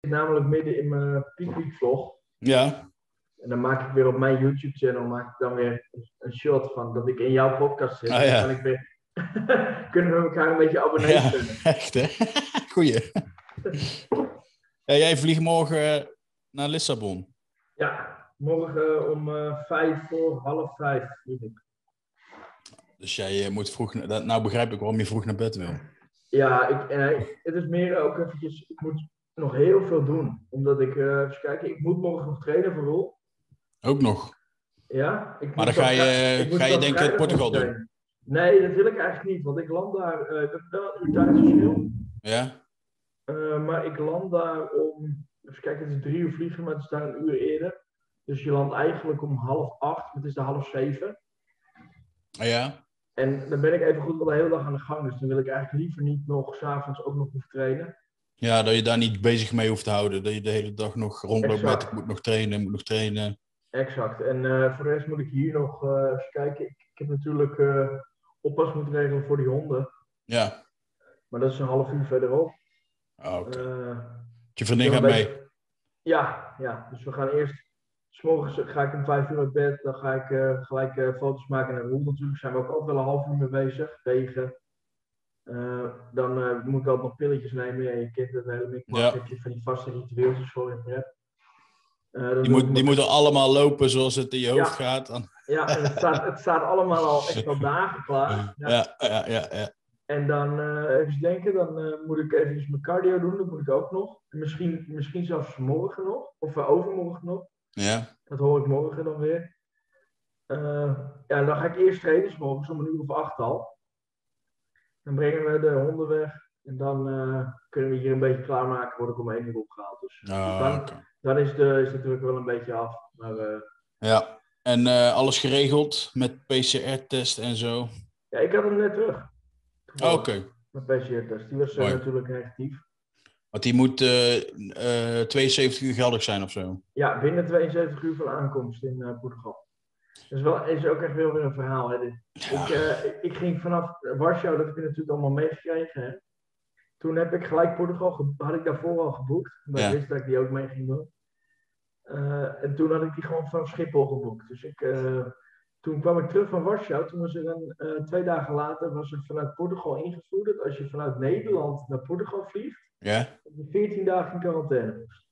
zit namelijk midden in mijn piekweek vlog. Ja. En dan maak ik weer op mijn YouTube channel maak ik dan weer een shot van dat ik in jouw podcast zit. Ah, ja. Dan kan ik weer, kunnen we elkaar een beetje abonneren. Ja. Echt, hè? Goeie. Ja, jij vliegt morgen eh, naar Lissabon. Ja, morgen om eh, vijf voor half vijf. vlieg ik. Dus jij eh, moet vroeg... na- dat- Nou begrijp ik waarom je vroeg naar bed wil. Ja, ik, eh, het is meer ook eventjes, ik moet nog heel veel doen. Omdat ik, eh even kijken, ik moet morgen nog trainen voor Roel. Ook nog. Ja, ik Maar moet dan ga dat je- ik moet ga je dat denk ik vrijdag Portugal nog trainen. Nee, dat wil ik eigenlijk niet, want ik land daar, eh ik heb wel een tijdsverschil. Ja? Eh, maar ik land daar om, even kijken, het is drie uur vliegen, maar het is daar een uur eerder. Dus je landt eigenlijk om half acht, maar het is daar half zeven. Ah, ja? En dan ben ik even goed wel de hele dag aan de gang, dus dan wil ik eigenlijk liever niet nog s'avonds ook nog hoeven trainen. Ja, dat je daar niet bezig mee hoeft te houden. Dat je de hele dag nog rondloopt met... Exact. Ik moet nog trainen, ik moet nog trainen. Exact. En eh, voor de rest moet ik hier nog eh, even kijken. Ik, ik heb natuurlijk eh, oppas moeten regelen voor die honden, Ja. maar dat is een half uur verderop. Ah, oké. Eh, Je vriendin Ja, gaat een mee. beetje- Ja, ja, dus we gaan eerst. 's morgens ga ik om vijf uur uit bed. Dan ga ik eh, gelijk eh, foto's maken naar Roel. Natuurlijk zijn we ook altijd wel een half uur mee bezig. Regen. Eh, dan eh, moet ik altijd nog pilletjes nemen. Ja, je kent het hele mikmak. Ja. Heb je van die vaste ritueeltjes voor je hebt. Eh, Die, moet, die moeten allemaal lopen zoals het in je hoofd gaat. Dan- Ja, en het staat, het staat allemaal al echt al dagen klaar. Ja. Ja, ja, ja, ja. En dan eh even denken, dan eh, moet ik even mijn cardio doen. Dat moet ik ook nog. Misschien, misschien zelfs morgen nog. Of eh, overmorgen nog. Ja. Dat hoor ik morgen dan weer. Eh, ja, dan ga ik eerst trainen, 's morgens om een uur of acht al. Dan brengen we de honden weg. En dan eh, kunnen we hier een beetje klaarmaken, word ik om één uur opgehaald. Dus Ah, oké. dan is, de, is het natuurlijk wel een beetje af. Maar eh, Ja. En eh, alles geregeld met PCR-test en zo. ja, ik had hem net terug. Ah, Toevallig, Oké. Mijn PCR-test, die was eh, Mooi. natuurlijk negatief. Want die moet eh, eh, 72 uur geldig zijn of zo. Ja, binnen 72 uur van aankomst in eh, Portugal. Dat is, wel, is ook echt wel weer een verhaal. Hè, dit. Ik, eh, ik ging vanaf Warschau, dat heb je natuurlijk allemaal meegekregen. Hè? Toen heb ik gelijk Portugal, ge- had ik daarvoor al geboekt. Maar Ja. ik wist dat ik die ook mee ging doen. Eh, en toen had ik die gewoon van Schiphol geboekt. Dus ik, eh, toen kwam ik terug van Warschau. Toen was er een, eh, twee dagen later was er vanuit Portugal ingevoerd dat als je vanuit Nederland naar Portugal vliegt, Ja. dat je 14 dagen in quarantaine moest.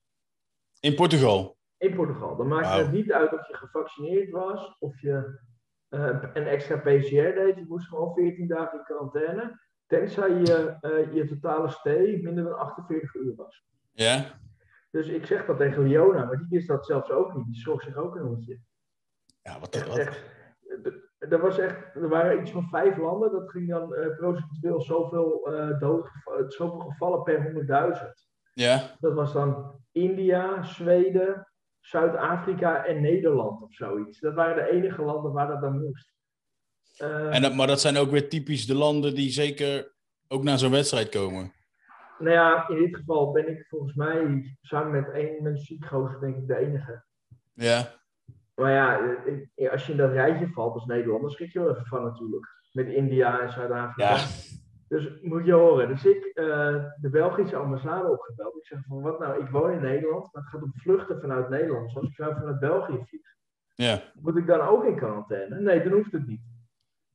In Portugal. In Portugal. Dan maakte Wauw. het niet uit of je gevaccineerd was, of je eh, een extra PCR deed. Je moest gewoon 14 dagen in quarantaine. Tenzij je, eh, je totale stay minder dan 48 uur was. Ja. Dus ik zeg dat tegen Leona, maar die wist dat zelfs ook niet. Die schrok zich ook een hoedje. Ja, wat, Echt, wat, echt. Er- Er, was echt, er waren iets van vijf landen, dat ging dan eh, procentueel zoveel, eh dood, zoveel gevallen per 100.000. ja. Dat was dan India, Zweden, Zuid-Afrika en Nederland of zoiets. Dat waren de enige landen waar dat dan moest. Eh, En dat, maar dat zijn ook weer typisch de landen die zeker ook naar zo'n wedstrijd komen. Nou ja, in dit geval ben ik volgens mij samen met één mens ziek gozer, denk ik de enige. Ja. Maar ja, eh, eh, als je in dat rijtje valt als Nederlander, schrik je wel even van natuurlijk. Met India en Zuid-Afrika. Ja. Dus moet je horen. Dus ik eh, de Belgische ambassade opgebeld. Ik zeg van wat nou, ik woon in Nederland, maar het gaat om vluchten vanuit Nederland. Zoals ik zou vanuit België vliegen. Ja. Moet ik dan ook in quarantaine? Nee, dan hoeft het niet.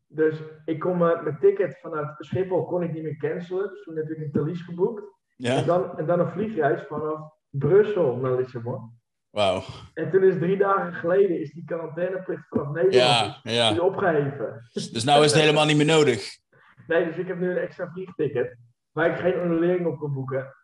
Dus ik kon eh, mijn ticket vanuit Schiphol kon ik niet meer cancelen. Dus toen heb ik een Thalys geboekt. En, Ja. dan, en dan een vliegreis vanaf Brussel naar Lissabon. Wauw. En toen is drie dagen geleden is die quarantaineplicht vanaf Nederland Ja. is- is Ja. opgeheven. Dus nou is het helemaal niet meer nodig. Nee, dus ik heb nu een extra vliegticket. Waar ik geen annulering op kan boeken.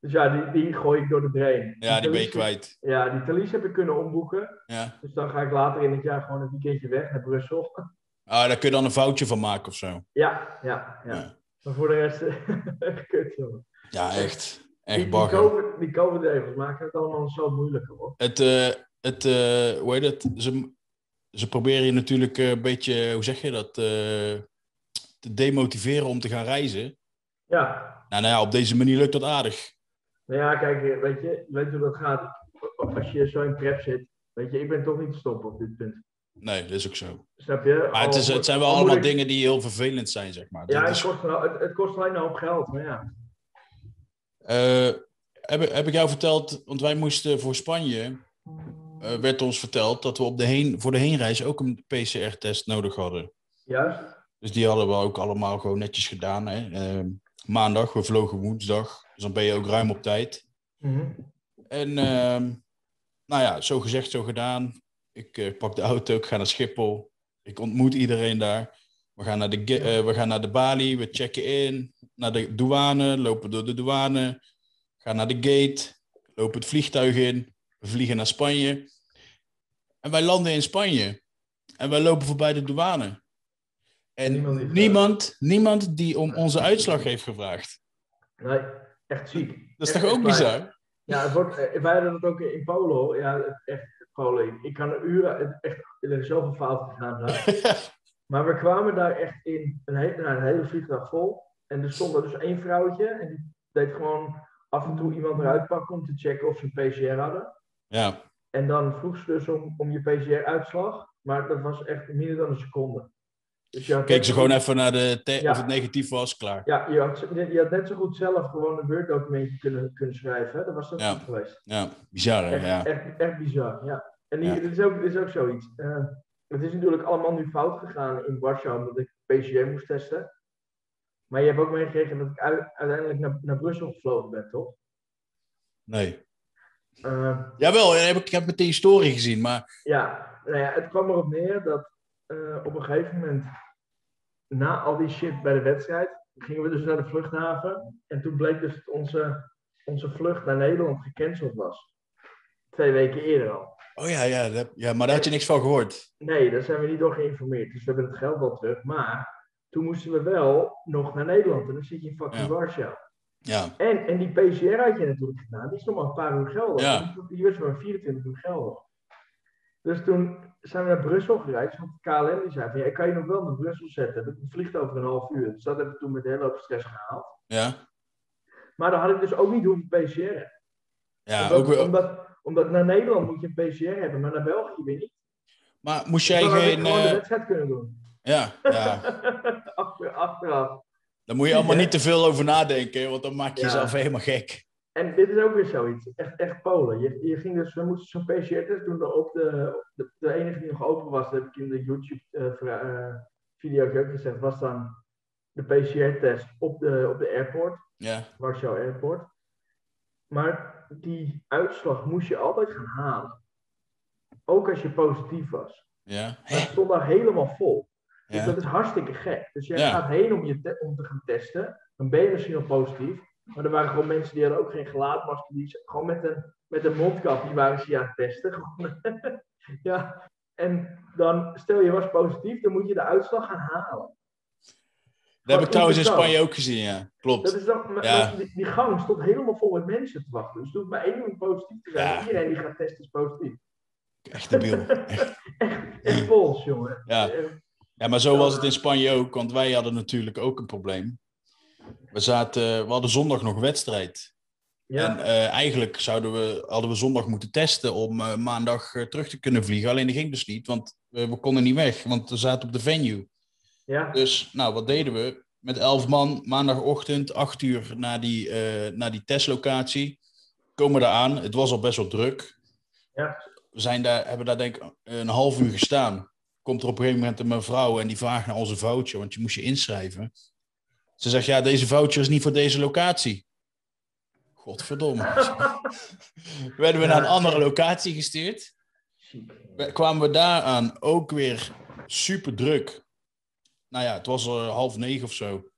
Dus ja, die, die gooi ik door de drain. Ja, die ben Thalys- je kwijt. Ja, die Thalys heb ik kunnen omboeken. Ja. Dus dan ga ik later in het jaar gewoon een weekendje weg naar Brussel. Ah, daar kun je dan een foutje van maken of zo. Ja, ja, ja. Ja. Maar voor de rest, echt kut, jongen. Ja, echt. Die, Echt die, bagger. COVID, die COVID-regels maken het allemaal zo moeilijker, hoor. Het, eh, het, eh, hoe heet het? Ze, ze proberen je natuurlijk eh, een beetje, hoe zeg je dat, eh, te demotiveren om te gaan reizen. Ja, Nou, nou ja, op deze manier lukt dat aardig. nou ja, kijk, weet je, weet je hoe dat gaat? als je zo in prep zit, weet je, ik ben toch niet te stoppen op dit punt. Nee, dat is ook zo. Snap je? Maar het, Al- is, het zijn wel al allemaal moet ik- dingen die heel vervelend zijn, zeg maar. Oh, Ja, Dat het is- kost, wel- het, het kost alleen een hoop geld, maar ja. Eh, heb, ik- heb ik jou verteld, want wij moesten voor Spanje, eh, werd ons verteld dat we op de heen, voor de heenreis ook een PCR-test nodig hadden. Juist? Dus die hadden we ook allemaal gewoon netjes gedaan. Hè? Eh, maandag, we vlogen woensdag, dus dan ben je ook ruim op tijd. Mhm. En ehm, nou ja, zo gezegd, zo gedaan. Ik eh, pak de auto, ik ga naar Schiphol. Ik ontmoet iedereen daar. We gaan naar de, ge- eh, we gaan naar de balie, we checken in. Naar de douane, lopen door de douane. Gaan naar de gate, lopen het vliegtuig in. We vliegen naar Spanje. En wij landen in Spanje. En wij lopen voorbij de douane. En Niemand heeft- niemand, niemand die om onze uitslag heeft gevraagd. Nee, echt ziek. Dat is Echt- toch echt ook waar. bizar? Ja, het wordt, eh, wij hadden het ook in Polen. Ja, echt Polen. ik- Ik kan er uren, het- echt, er is zoveel fout gegaan. daar. Maar we kwamen daar echt in een, he- nou, een hele vliegtuig vol. En er stond er dus één vrouwtje. En die deed gewoon af en toe iemand eruit pakken om te checken of ze een PCR hadden. ja. En dan vroeg ze dus om, om je PCR-uitslag. Maar dat was echt minder dan een seconde. Dus je had Keek net ze zo gewoon goed- even naar de te- Ja. of het negatief was, klaar. Ja, je had, je had net zo goed zelf gewoon een Word-documentje kunnen, kunnen schrijven. Hè? Dat was dat Ja. goed geweest. Ja, bizar hè? Echt, Ja. echt, echt bizar, ja. En die, Ja. dit, is ook, dit is ook zoiets. Eh, het is natuurlijk allemaal nu fout gegaan in Warschau, omdat ik PCR moest testen. Maar je hebt ook meegekregen dat ik ui- uiteindelijk naar, naar Brussel gevlogen ben, toch? Nee. Eh, Jawel, ik heb, ik heb meteen historie gezien, maar ja, nou ja, het kwam erop neer dat eh, op een gegeven moment, na al die shit bij de wedstrijd, gingen we dus naar de vluchthaven. En toen bleek dus dat onze, onze vlucht naar Nederland gecanceld was. Twee weken eerder al. oh ja, ja, dat- ja, maar daar had je niks van gehoord. Nee, daar zijn we niet door geïnformeerd. Dus we hebben het geld wel terug. Maar toen moesten we wel nog naar Nederland. En dan zit je in fucking Ja. Warschau. Ja, En, en die PCR had je natuurlijk gedaan. Die is nog maar een paar uur geldig. Ja. Die was maar 24 uur geldig. Dus toen zijn we naar Brussel gereisd. Want KLM die zei van, ja, ik kan je nog wel naar Brussel zetten. Dat vliegt over een half uur. Dus dat hebben we toen met een hele hoop stress gehaald. ja, Maar dan had ik dus ook niet hoeven PCR'en. ja. omdat, Ook, weer- omdat, omdat naar Nederland moet je een PCR hebben. Maar naar België weer niet. maar moest Dus jij dan had ik geen... gewoon de eh, wedstrijd kunnen doen. ja, ja, Achter, achteraf. daar moet je allemaal niet te veel over nadenken, hè, want dan maak je Ja. jezelf helemaal gek. En dit is ook weer zoiets. Echt, echt Polen. Je, je ging dus, we moesten zo'n PCR-test doen. Op de, op de, de enige die nog open was, dat heb ik in de eh, YouTube-video ook gezegd, was dan de PCR-test op de, op de airport, Ja, Warschau Airport. Maar die uitslag moest je altijd gaan halen. Ook als je positief was. ja, Maar het stond daar helemaal vol. Dus ja, dat is hartstikke gek. Dus jij Ja. gaat heen om, je te, om te gaan testen. Dan ben je misschien al positief. Maar er waren gewoon mensen die hadden ook geen gelaatmasker. Die z- gewoon met een, met een mondkap, die waren ze ja aan het testen. Gewoon, ja. En dan, stel je was positief, dan moet je de uitslag gaan halen. Dat heb ik trouwens in interessant. Spanje ook gezien, ja. Klopt. Dat is dan, maar- Ja. maar die, die gang stond helemaal vol met mensen te wachten. Dus het hoeft maar één iemand positief te zijn. Ja. Iedereen die gaat testen is positief. Echt debiel. Echt vols, jongen. Ja. Eh, Ja, maar zo was het in Spanje ook, want wij hadden natuurlijk ook een probleem. We, zaten, we hadden zondag nog wedstrijd. ja. En eh, eigenlijk zouden we, hadden we zondag moeten testen om eh, maandag eh, terug te kunnen vliegen. Alleen dat ging dus niet, want eh, we konden niet weg, want we zaten op de venue. ja. Dus nou, wat deden we? Met elf man, maandagochtend, acht uur naar die, eh, naar die testlocatie. Komen we daar aan. Het was al best wel druk. Ja. We zijn daar, hebben daar denk ik een half uur gestaan. Komt er op een gegeven moment een mevrouw en die vraagt naar onze voucher, want je moest je inschrijven. Ze zegt, ja, deze voucher is niet voor deze locatie. Godverdomme. Werden we naar een Ja. andere locatie gestuurd. Ziek. We- kwamen we daaraan ook weer super druk. Nou ja, het was eh, half negen of zo.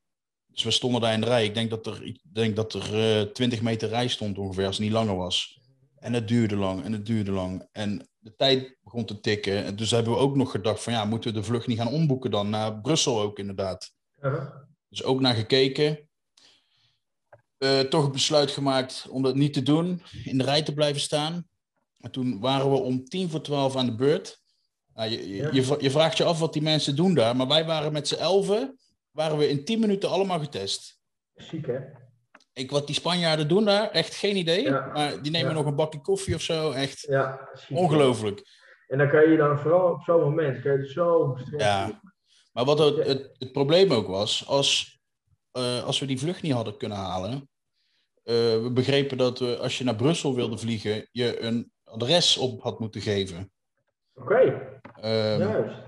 Dus we stonden daar in de rij. Ik denk dat er, ik denk dat er eh, twintig meter rij stond ongeveer, als het niet langer was. En het duurde lang en het duurde lang. En de tijd begon te tikken. En dus hebben we ook nog gedacht van ja, moeten we de vlucht niet gaan omboeken dan? Naar Brussel ook inderdaad. Uh-huh. Dus ook naar gekeken. Eh, toch een besluit gemaakt om dat niet te doen, in de rij te blijven staan. Maar toen waren we om tien voor twaalf aan de beurt. Nou, je, je, Ja. je vra- je vraagt je af wat die mensen doen daar, maar wij waren met z'n elven, waren we in tien minuten allemaal getest. Ziek, hè? Ik, wat die Spanjaarden doen daar, echt geen idee. Ja. Maar die nemen Ja. nog een bakje koffie of zo. Echt Ja, precies. ongelooflijk. En dan kan je dan vooral op zo'n moment, kan je er zo gestrest Ja. doen. Maar wat het, het, het probleem ook was, als, eh, als we die vlucht niet hadden kunnen halen. eh, we begrepen dat we, als je naar Brussel wilde vliegen, je een adres op had moeten geven. Oké, Ehm, juist.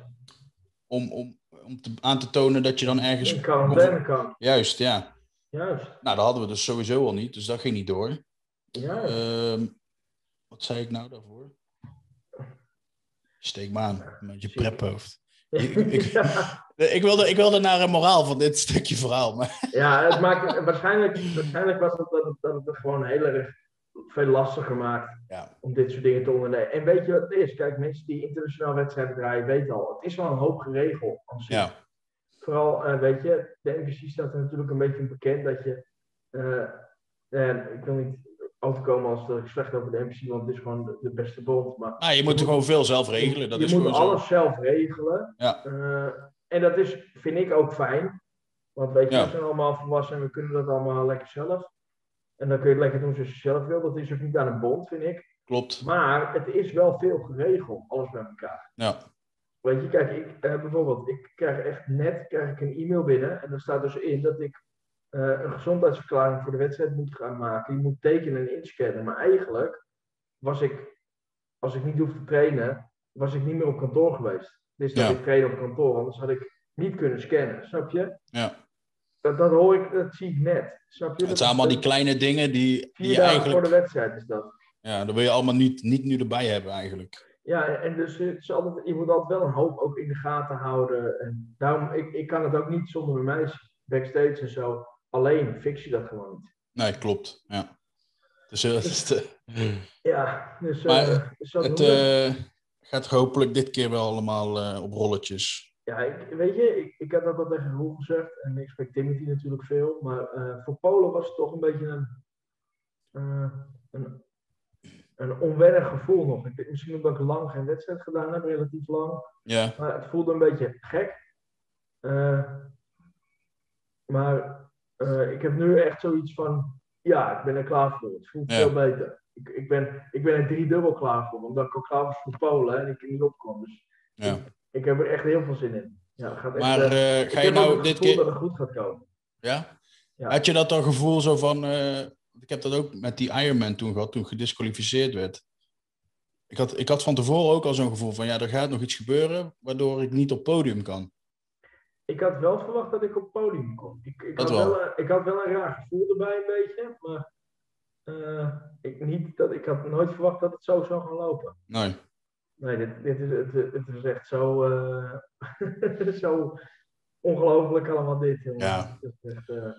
om, om, om te, aan te tonen dat je dan ergens... In quarantaine kan. Juist, ja. Juist. Nou, dat hadden we dus sowieso al niet, dus dat ging niet door. juist. Ehm, wat zei ik nou daarvoor? Steek me aan, met je prephoofd. Eh, ik- ik- ja. Nee, Ik wilde, ik wilde naar een moraal van dit stukje verhaal, maar... ja, het maakt waarschijnlijk, waarschijnlijk was het dat, het dat het het gewoon heel erg veel lastiger maakt Ja. om dit soort dingen te ondernemen. En weet je wat het is? Kijk, mensen die internationaal wedstrijden draaien, weten al, het is wel een hoop geregeld. aan zich. Ja, Vooral, eh, weet je, de NPC staat er natuurlijk een beetje in bekend dat je. eh, en ik wil niet overkomen als dat ik slecht over de NPC, want het is gewoon de, de beste bond. Maar nou, je moet er gewoon veel zelf regelen, dat je is moet gewoon zo. alles zelf regelen. Ja. Eh, en dat is, vind ik ook fijn. Want weet je, Ja. we zijn allemaal volwassen en we kunnen dat allemaal lekker zelf. En dan kun je het lekker doen zoals je zelf wil. Dat is ook niet aan een bond, vind ik. Klopt, Maar het is wel veel geregeld, alles bij elkaar. ja. Weet je, kijk, ik, eh, bijvoorbeeld, ik krijg echt net krijg ik een e-mail binnen en daar staat dus in dat ik eh, een gezondheidsverklaring voor de wedstrijd moet gaan maken. Je moet tekenen en inscannen. Maar eigenlijk was ik, als ik niet hoefde te trainen, was ik niet meer op kantoor geweest. Dus dat Ja. ik trainen op kantoor, anders had ik niet kunnen scannen, snap je? ja. Dat, dat hoor ik, dat zie ik net, snap je? Dat Het is zijn allemaal die een- kleine dingen die, die Vier je dagen voor eigenlijk... de wedstrijd is dat. Ja, dat wil je allemaal niet, niet nu erbij hebben eigenlijk. Ja, en- en dus het is altijd, je moet altijd wel een hoop ook in de gaten houden. En daarom, ik, ik kan het ook niet zonder mijn meisje backstage en zo. Alleen fix je dat gewoon niet. Nee, klopt, ja. Dus eh, dat is de... Ja, dus, Maar, eh, dus dat Het doen we. eh, gaat hopelijk dit keer wel allemaal eh, op rolletjes. Ja, ik, weet je, ik, ik had dat al tegen Roel gezegd. En ik spreek Timothy natuurlijk veel. Maar eh, voor Polen was het toch een beetje een, eh, een, een onwennig gevoel nog. Ik, denk misschien omdat ik lang geen wedstrijd gedaan heb, relatief lang. Ja, Maar het voelde een beetje gek. Eh, maar eh, ik heb nu echt zoiets van: ja, ik ben er klaar voor. Het voelt Ja. veel beter. Ik, ik, ben, ik ben er driedubbel klaar voor, omdat ik al klaar was voor Polen en ik er niet opkwam. Dus ja. ik heb er echt heel veel zin in. Ja, het gaat echt, Maar eh, eh, ik ga je heb ook nou het dit gevoel keer... dat het goed gaat komen. Ja? Ja. Had je dat dan gevoel zo van... eh, ik heb dat ook met die Ironman toen gehad, toen ik gedisqualificeerd werd. Ik had, ik had van tevoren ook al zo'n gevoel van... Ja, er gaat nog iets gebeuren waardoor ik niet op podium kan. Ik had wel verwacht dat ik op het podium kwam. Ik, ik, Dat had wel. wel. een, ik had wel een raar gevoel erbij, een beetje. Maar eh, ik, niet dat, ik had nooit verwacht dat het zo zou gaan lopen. Nee, Nee, dit, dit is, het, het is echt zo, eh, zo ongelooflijk allemaal dit. jongen. Ja. Het is echt, eh,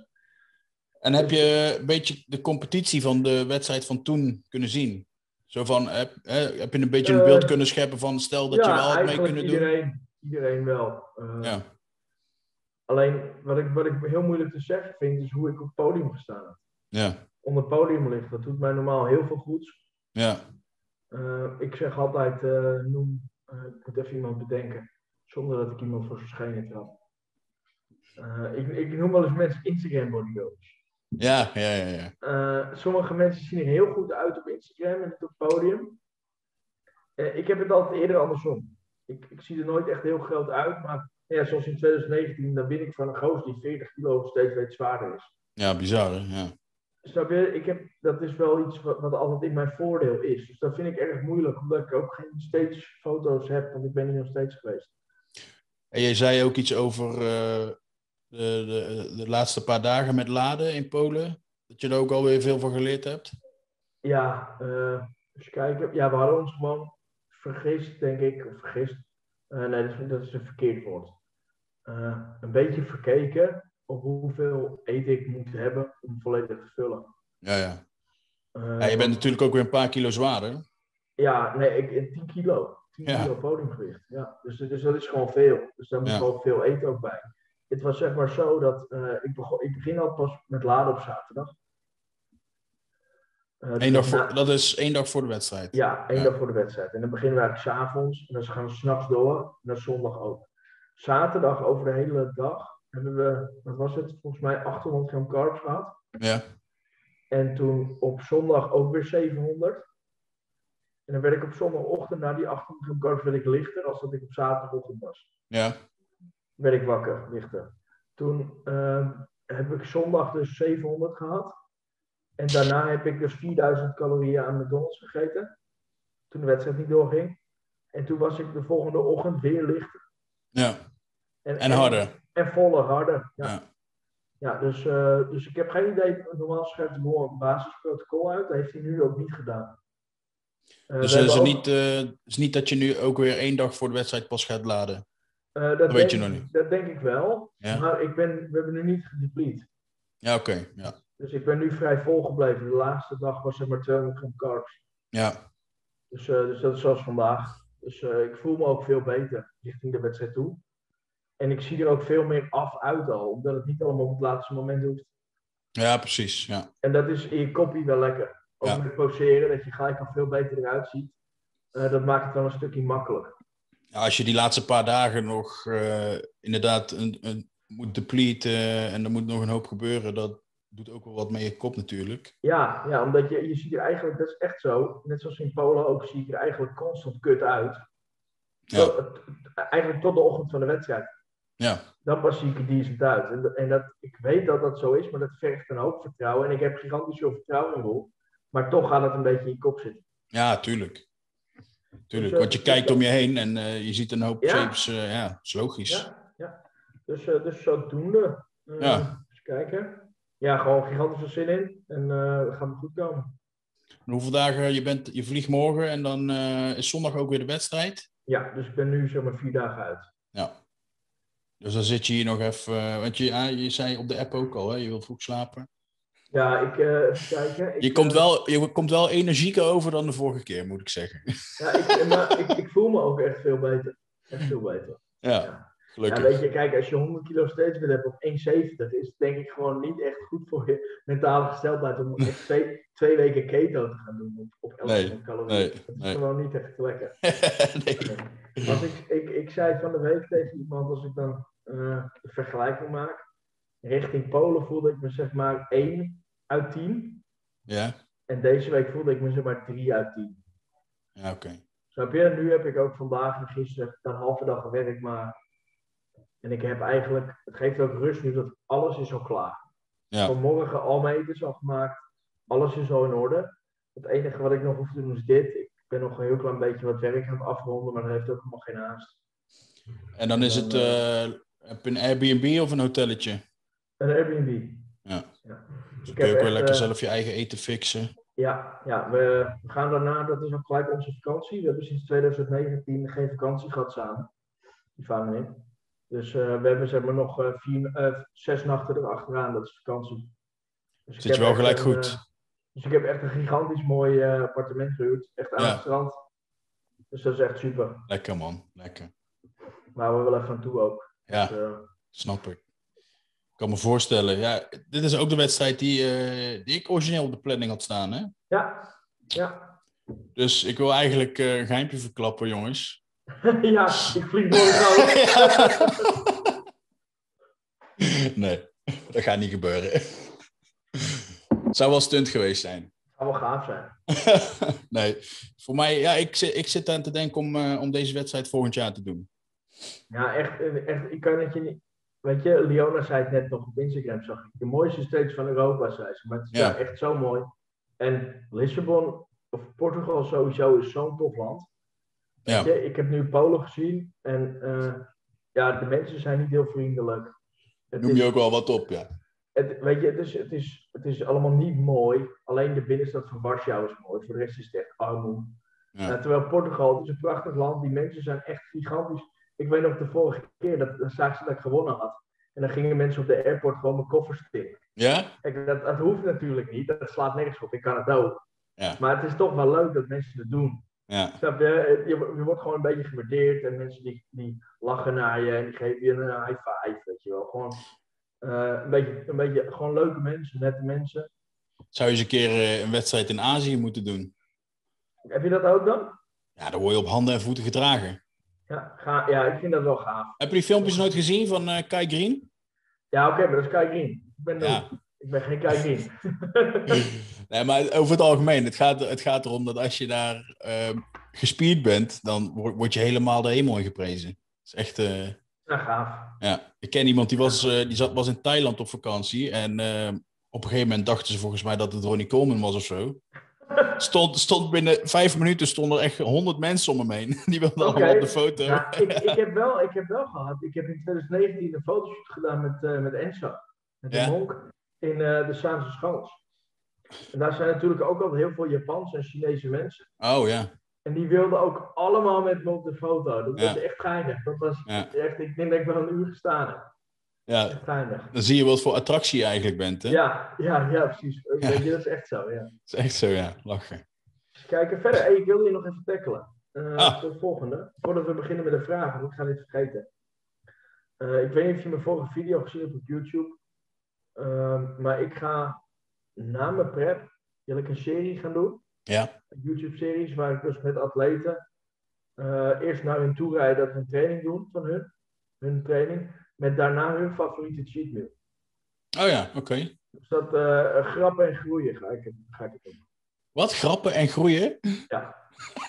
En heb je een beetje de competitie van de wedstrijd van toen kunnen zien? Zo van, heb, eh, heb je een beetje een Eh, beeld kunnen scheppen van... Stel dat je ja, wel had mee eigenlijk kunnen doen? iedereen, Iedereen wel. Eh, Ja, Alleen wat ik, wat ik heel moeilijk te zeggen vind, is hoe ik op het podium gestaan heb. ja, Onder het podium ligt, dat doet mij normaal heel veel goeds. ja, Eh, ik zeg altijd, eh, noem, eh, ik moet even iemand bedenken, zonder dat ik iemand voor zijn schenen trap. Eh, ik, ik noem wel eens mensen Instagram bodybuilders. ja, ja, ja, ja. Eh, sommige mensen zien er heel goed uit op Instagram en op het podium. Eh, ik heb het altijd eerder andersom. Ik, ik zie er nooit echt heel groot uit, maar ja, zoals in 2019, dan win ik van een goos die 40 kilo steeds weet zwaarder is. Ja, bizar, hè? Ja. Snap je? Ik heb, dat is wel iets wat, wat altijd in mijn voordeel is. Dus dat vind ik erg moeilijk, omdat ik ook geen steeds foto's heb, want ik ben hier nog steeds geweest. En jij zei ook iets over eh, de, de, de laatste paar dagen met laden in Polen. Dat je er ook alweer veel van geleerd hebt. Ja, eh eens kijken. Ja, we hadden ons gewoon vergist, denk ik. Of vergist. Eh, nee, dat is, dat is een verkeerd woord. Eh, een beetje verkeken op hoeveel eten ik moet hebben om volledig te vullen. Ja, ja. Eh, ja je bent natuurlijk ook weer een paar kilo zwaarder. Ja, nee, ik, eh, 10 kilo. 10 Ja. kilo podiumgewicht. Ja. Dus, dus dat is gewoon veel. Dus daar moet Ja. gewoon veel eten ook bij. Het was zeg maar zo dat eh, ik, begon, ik begin al pas met laden op zaterdag. Eh, dus Eén dag na- voor, dat is één dag voor de wedstrijd. Ja, één Ja. dag voor de wedstrijd. En dan beginnen we eigenlijk s'avonds. En dan gaan we s'nachts door. En dan zondag ook. Zaterdag over de hele dag hebben we, wat was het, volgens mij 800 gram carbs gehad. Ja, En toen op zondag ook weer 700. En dan werd ik op zondagochtend na die 800 gram carbs werd ik lichter als dat ik op zaterdagochtend was. Ja. Werd ik wakker, lichter. Toen eh, heb ik zondag dus 700 gehad. En daarna heb ik dus 4000 calorieën aan McDonald's gegeten. Toen de wedstrijd niet doorging. En toen was ik de volgende ochtend weer lichter. Ja. Dus En harder. En, voller, harder. Ja. Ja. Ja, dus, eh, dus ik heb geen idee. Normaal schrijft de Boer een basisprotocol uit. Dat heeft hij nu ook niet gedaan. Eh, Dus we eh, is hebben het ook- niet, eh, is niet dat je nu ook weer één dag voor de wedstrijd pas gaat laden? eh, dat weet denk- je nog niet. Dat denk ik wel. Ja. Maar ik ben, we hebben nu niet gedeplete. Ja, oké. Ja. Dus ik ben nu vrij vol gebleven. De laatste dag was zeg maar 200 gram carbs. Ja. Dus, eh, dus dat is zoals vandaag. Dus eh, ik voel me ook veel beter richting de wedstrijd toe. En ik zie er ook veel meer af uit al. Omdat het niet allemaal op het laatste moment hoeft. ja, precies. Ja. En dat is in je kopie wel lekker. Ook Ja. met poseren, dat je gelijk al veel beter eruit ziet. Eh, dat maakt het wel een stukje makkelijker. Ja, als je die laatste paar dagen nog eh, inderdaad een, een, moet depleten eh, en er moet nog een hoop gebeuren, dat doet ook wel wat met je kop natuurlijk. Ja, ja omdat je, je ziet er eigenlijk, dat is echt zo. Net zoals in Polen ook, zie je er eigenlijk constant kut uit. Ja. Tot- het- het- eigenlijk tot de ochtend van de wedstrijd. Ja, Dan pas zie ik er decent uit. En, dat- en dat, ik weet dat dat zo is, maar dat vergt een hoop vertrouwen. En ik heb gigantisch veel vertrouwen in Roel. Maar toch gaat het een beetje in je kop zitten. ja tuurlijk. Tuurlijk, eh, want je dus kijkt dat- om je heen en eh, je ziet een hoop Ja. shapes. eh, ja, is logisch. Ja, ja. Dus, eh, dus zodoende. Eh, Ja. Eens kijken. Ja, gewoon gigantisch veel zin in. En eh dat gaat me goed komen. En hoeveel dagen, je, bent, je vliegt morgen en dan eh, is zondag ook weer de wedstrijd. Ja, dus ik ben nu zeg maar vier dagen uit. Ja. Dus dan zit je hier nog even, eh, want je, ja, je zei op de app ook al, hè, je wil vroeg slapen. Ja, ik, eh even kijken. Ik, Je komt, eh, wel, je komt wel energieker over dan de vorige keer, moet ik zeggen. ja, ik, eh, maar ik, ik voel me ook echt veel beter. Echt veel beter. Ja, Ja, gelukkig. weet je, kijk, als je 100 kilo steeds wil hebben op 1,70, is het denk ik gewoon niet echt goed voor je mentale gesteldheid om echt twee, twee weken keto te gaan doen op, op 1100 calorieën. nee, dat is nee. gewoon niet echt lekker. nee. Want ik, ik, ik zei van de week tegen iemand, als ik dan eh, een vergelijking maak, richting Polen voelde ik me zeg maar 1 uit 10. Ja, En deze week voelde ik me zeg maar 3 uit 10. ja oké. Snap je? Nu heb ik ook vandaag en gisteren dan een halve dag gewerkt, maar. En ik heb eigenlijk, het geeft ook rust nu dat alles is al klaar. Ja. Vanmorgen al mijn eten is al gemaakt, alles is al in orde. Het enige wat ik nog hoef te doen is dit. Ik ben nog een heel klein beetje wat werk aan het afronden, maar dat heeft ook helemaal geen haast. En dan is het eh, heb je een Airbnb of een hotelletje. Een Airbnb. Ja. Ja. Dus Ik dan kun heb je ook weer echt, lekker eh, zelf je eigen eten fixen. Ja, ja we, we gaan daarna, dat is ook gelijk onze vakantie. We hebben sinds 2019 geen vakantie gehad samen, die vader en ik. Dus eh, we hebben zeg maar nog eh, vier, eh, zes nachten erachteraan, dat is vakantie. Dus ik Zit heb je wel echt gelijk een, goed. eh, dus ik heb echt een gigantisch mooi eh, appartement gehuurd, echt aan Ja. het strand. Dus dat is echt super. Lekker man, lekker. Maar we willen even aan toe ook. Ja, Dus, eh, snap ik. Ik kan me voorstellen. Ja, dit is ook de wedstrijd die, eh, die ik origineel op de planning had staan. Hè? ja, ja. Dus ik wil eigenlijk eh, een geheimje verklappen, jongens. ja, ik vlieg morgen nou. nee, dat gaat niet gebeuren. Het zou wel stunt geweest zijn. Zou wel gaaf zijn. nee, voor mij, ja, ik, zit- ik zit aan te denken om, eh, om deze wedstrijd volgend jaar te doen. Ja, echt, echt. Ik kan het je niet. Weet je, Leona zei het net nog op Instagram, zag ik. De mooiste stage van Europa, zei ze. Maar het is Ja. ja. echt zo mooi. En Lissabon, of Portugal sowieso, is zo'n topland. Ja. Weet je, ik heb nu Polen gezien en eh, ja, de mensen zijn niet heel vriendelijk. Het Noem is- je ook wel wat op, ja. het, weet je, het is, het, is, het is allemaal niet mooi. Alleen de binnenstad van Warschau is mooi. Voor de rest is het echt armoede. Ja. Eh, terwijl Portugal, het is een prachtig land. Die mensen zijn echt gigantisch. Ik weet nog de vorige keer, dat, dan zagen ze dat ik gewonnen had. En dan gingen mensen op de airport gewoon mijn koffers tikken. Ja? Kijk, dat, dat hoeft natuurlijk niet. Dat slaat nergens op. Ik kan het ook. Ja. Maar het is toch wel leuk dat mensen het doen. Ja. Snap je? Eh, Je, wo- je wordt gewoon een beetje gewaardeerd. En mensen die, die lachen naar je en die geven je een high five. Weet je wel. Gewoon eh, een, beetje, een beetje gewoon leuke mensen, nette mensen. Zou je eens een keer eh, een wedstrijd in Azië moeten doen? Heb je dat ook dan? Ja, dan word je op handen en voeten gedragen. Ja, ga, ja ik vind dat wel gaaf. Heb je die filmpjes nooit gezien van eh Kai Green? Ja, oké, maar dat is Kai Green. Ik ben Ja. Ik ben geen kijkin. Nee, maar over het algemeen, het gaat, het gaat erom dat als je daar eh, gespierd bent, dan word, word je helemaal de hemel in geprezen. Het is echt, eh, nou, gaaf. ja. Ik ken iemand die was, eh, die zat, was in Thailand op vakantie en eh, op een gegeven moment dachten ze volgens mij dat het Ronnie Coleman was of zo. Stond, stond binnen vijf minuten stonden er echt honderd mensen om hem heen. Die wilden Oké. allemaal op de foto. Ja, ik, ik, heb wel, ik heb wel gehad. Ik heb in 2019 een fotoshoot gedaan met, eh met Enzo. Met Ja. de monk in eh, de Saanse Schans. En daar zijn natuurlijk ook al heel veel Japanse en Chinese mensen. Oh ja. En die wilden ook allemaal met me op de foto. Dat was Ja. echt geinig. Dat was Ja. echt, ik denk dat ik wel een uur gestaan heb. ja, Echt geinig. dan zie je wat voor attractie je eigenlijk bent. Hè? Ja, ja, ja, precies. Ja. Weet je, dat is echt zo, ja. Het is echt zo, ja. Lachen. Eens kijken verder. Hey, ik wil je nog even tackelen. Eh Ah. Tot volgende. Voordat we beginnen met de vragen, want ik ga dit vergeten. Eh, ik weet niet of je mijn vorige video gezien hebt op YouTube. Ehm, maar ik ga na mijn prep wil ik een serie gaan doen. Ja. Een YouTube-series waar ik dus met atleten eh, eerst naar hun toe rijd dat we een training doen van hun. Hun training. Met daarna hun favoriete cheat meal. Oh ja, oké. Dus dat eh, grappen en groeien ga ik, ga ik doen. Wat? Grappen en groeien?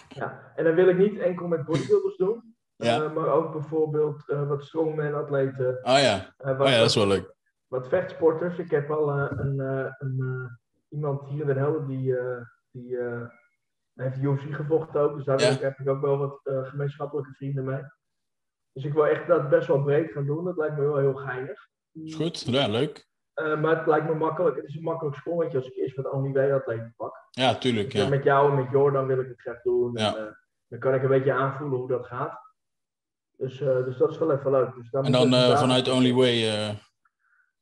Ja, en dan wil ik niet enkel met bodybuilders doen, Ja. eh, maar ook bijvoorbeeld eh, wat strongman-atleten, Oh ja. eh, wat, Oh ja, dat is wel leuk. wat vechtsporters. Ik heb al eh, een, eh, een, eh, iemand hier in Den Helder die, eh, die eh, heeft de UFC gevochten ook, dus daar Ja. heb ik- heb ik ook wel wat eh, gemeenschappelijke vrienden mee. Dus ik wil echt dat best wel breed gaan doen, dat lijkt me wel heel geinig. Is goed. Ja, leuk. Eh, maar het lijkt me makkelijk, het is een makkelijk sprongetje als ik eerst wat Only Way-atleten pak. Ja, tuurlijk. Dus Ja. Met jou en met Jordan wil ik het graag doen. Ja. En, eh, dan kan ik een beetje aanvoelen hoe dat gaat. Dus, eh, dus dat is wel even leuk. Dus En moet dan ik eh, vandaag- vanuit Only Way. eh,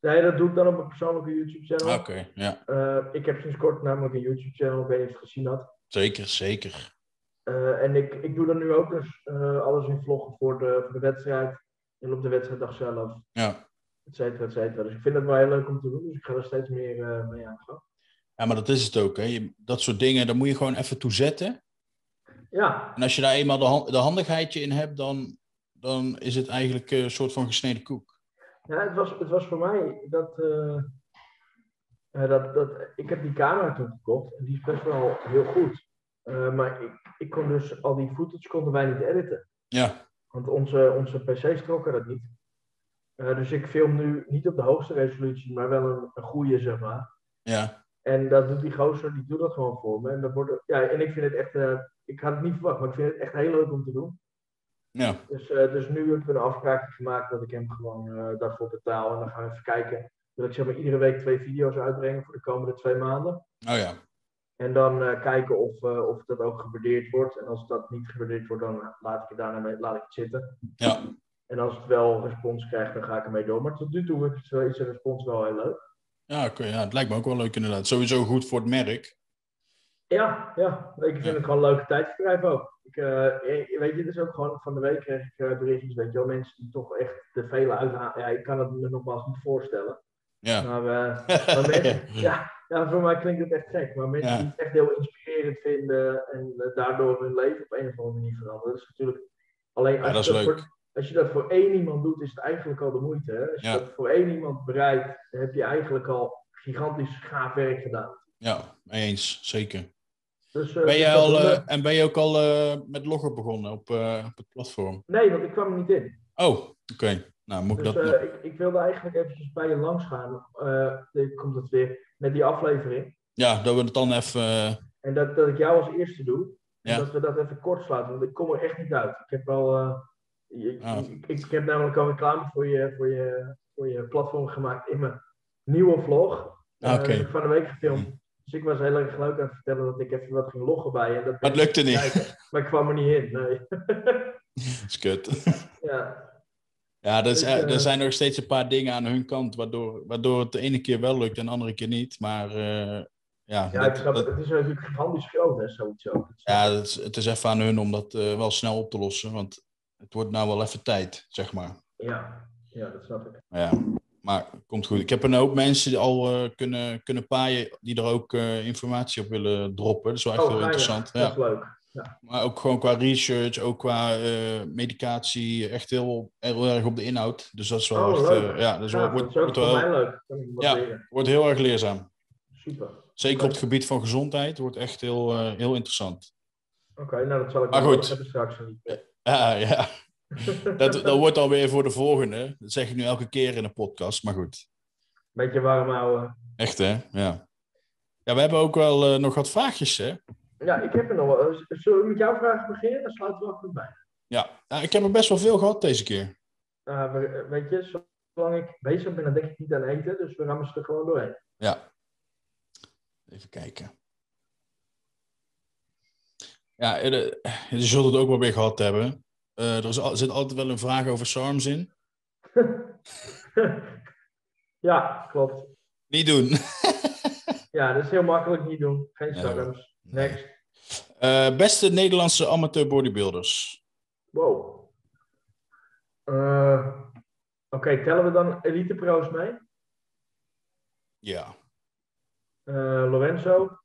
Nee, dat doe ik dan op mijn persoonlijke YouTube-channel. Ah, Oké, ja. Eh, ik heb sinds kort namelijk een YouTube-channel, ik weet niet of je het gezien had. Zeker, zeker. Eh, en ik, ik doe dan nu ook dus eh, alles in vloggen voor de, voor de wedstrijd. En op de wedstrijddag zelf, Ja. et cetera, et cetera. Dus ik vind het wel heel leuk om te doen. Dus ik ga er steeds meer eh, mee aan de gang. Ja, maar dat is het ook. Hè. Je- dat soort dingen, daar moet je gewoon even toe zetten. Ja, En als je daar eenmaal de, han- de handigheidje in hebt, dan, dan is het eigenlijk eh, een soort van gesneden koek. Ja, het was, het was voor mij dat, eh, eh, dat, dat. Ik heb die camera toen gekocht en die is best wel heel goed. Eh, maar ik, ik kon dus al die footage konden wij niet editen. Ja, Want onze, onze PC's trokken dat niet. Eh, dus ik film nu niet op de hoogste resolutie, maar wel een, een goede, zeg maar. ja. En dat doet die gozer, die doet dat gewoon voor me. En, dat wordt, ja, en ik vind het echt. eh, ik had het niet verwacht, maar ik vind het echt heel leuk om te doen. Ja, Dus, eh, dus nu hebben we een afspraak gemaakt dat ik hem gewoon eh, daarvoor betaal. En dan gaan we even kijken. Wil ik zeg maar iedere week twee video's uitbrengen voor de komende twee maanden. oh ja. En dan eh, kijken of, eh, of dat ook gewaardeerd wordt. En als dat niet gewaardeerd wordt, dan laat ik het daarna mee, laat ik het zitten. Ja, En als het wel respons krijgt, dan ga ik ermee door. Maar tot nu toe is, eh, is de respons wel heel leuk. ja, oké, ja, het lijkt me ook wel leuk inderdaad. Sowieso goed voor het merk. Ja, ja, ik vind Ja. het gewoon een leuke tijdverdrijf ook. Ik, eh, eh, weet je, het is ook gewoon van de week kreeg ik eh, berichtjes, weet je wel, mensen die toch echt te veel uithalen. Ja, ik kan het me nogmaals niet voorstellen. Ja, Maar, eh, maar mensen, ja, ja, voor mij klinkt het echt gek. Maar mensen Ja. die het echt heel inspirerend vinden en eh, daardoor hun leven op een of andere manier veranderen. Dat is natuurlijk alleen als, ja dat is je, dat leuk. voor, als je dat voor één iemand doet, is het eigenlijk al de moeite. Hè? Als Ja. je dat voor één iemand bereikt, dan heb je eigenlijk al gigantisch gaaf werk gedaan. Ja, mee eens, zeker. Dus, eh, Ben dus jij dat al, is eh, leuk. en ben je ook al eh, met logger begonnen op, eh, op het platform? Nee, want ik kwam er niet in. Oh, oké. Nou, moet ik Dus dat... eh, ik, ik wilde eigenlijk eventjes bij je langs gaan. eh komt het weer met die aflevering. ja, dat we het dan even... eh, En dat, dat ik jou als eerste doe. En Ja. Dat we dat even kort sluiten, want ik kom er echt niet uit. Ik heb al. eh, je- Ah. ik, ik, ik heb namelijk al reclame voor je, voor, je, voor je platform gemaakt in mijn nieuwe vlog. Eh, Ah, oké. dat heb ik van de week gefilmd. Dus ik was heel erg leuk aan het vertellen dat ik even wat ging loggen bij je. En dat maar het lukte niet. kijken. Maar ik kwam er niet in. Nee. Dat is kut. Ja. Ja, er, is- Dus, eh, er zijn nog steeds een paar dingen aan hun kant, waardoor, waardoor het de ene keer wel lukt en de andere keer niet. Maar eh, ja, ja, dat- ik snap dat- het. Het is natuurlijk gigantisch groot, hè, zoiets ook. ja dat is- het is even aan hun om dat eh, wel snel op te lossen, want het wordt nou wel even tijd, zeg maar. ja. Ja, dat snap ik. Maar ja, maar het komt goed. Ik heb een hoop mensen die al eh, kunnen, kunnen paaien die er ook eh, informatie op willen droppen. Dat is wel echt Oh, heel geinig. interessant. Dat Ja, is leuk. Ja. Maar ook gewoon qua research, ook qua eh, medicatie, echt heel, heel erg op de inhoud. Dus dat is wel Oh, echt, leuk. eh, ja, dat is wel- Ja, dat wordt, is ook wordt, voor mij wel, leuk. Kan ik wat Ja. leren. wordt heel erg leerzaam. Super. Oké, Zeker Leuk. op het gebied van gezondheid wordt echt heel, eh, heel interessant. nou dat zal ik Maar wel goed. hebben straks. een idee. Ja, ja. Dat, dat wordt alweer voor de volgende. Dat zeg ik nu elke keer in een podcast, maar goed. Beetje warm houden. Echt, hè? Ja. Ja, we hebben ook wel eh, nog wat vraagjes, hè? Ja, ik heb er nog wel. Eh, Zullen we met jouw vraag beginnen? Dan sluiten we af met mij. Ja. Nou, ik heb er best wel veel gehad deze keer. Eh, we- eh, weet je, zolang ik bezig ben, dan denk ik niet aan eten. Dus we rammen ze er gewoon doorheen. Ja. Even kijken. Ja, eh, de- je zult het ook wel weer gehad hebben. Eh, er is al- zit altijd wel een vraag over SARMs in. ja, klopt. Niet doen. Ja, dat is heel makkelijk niet doen. Geen Nee, startups. Next. Eh, beste Nederlandse amateur bodybuilders. Wow. Eh, Oké, tellen we dan Elite Pro's mee? Ja. Eh, Lorenzo?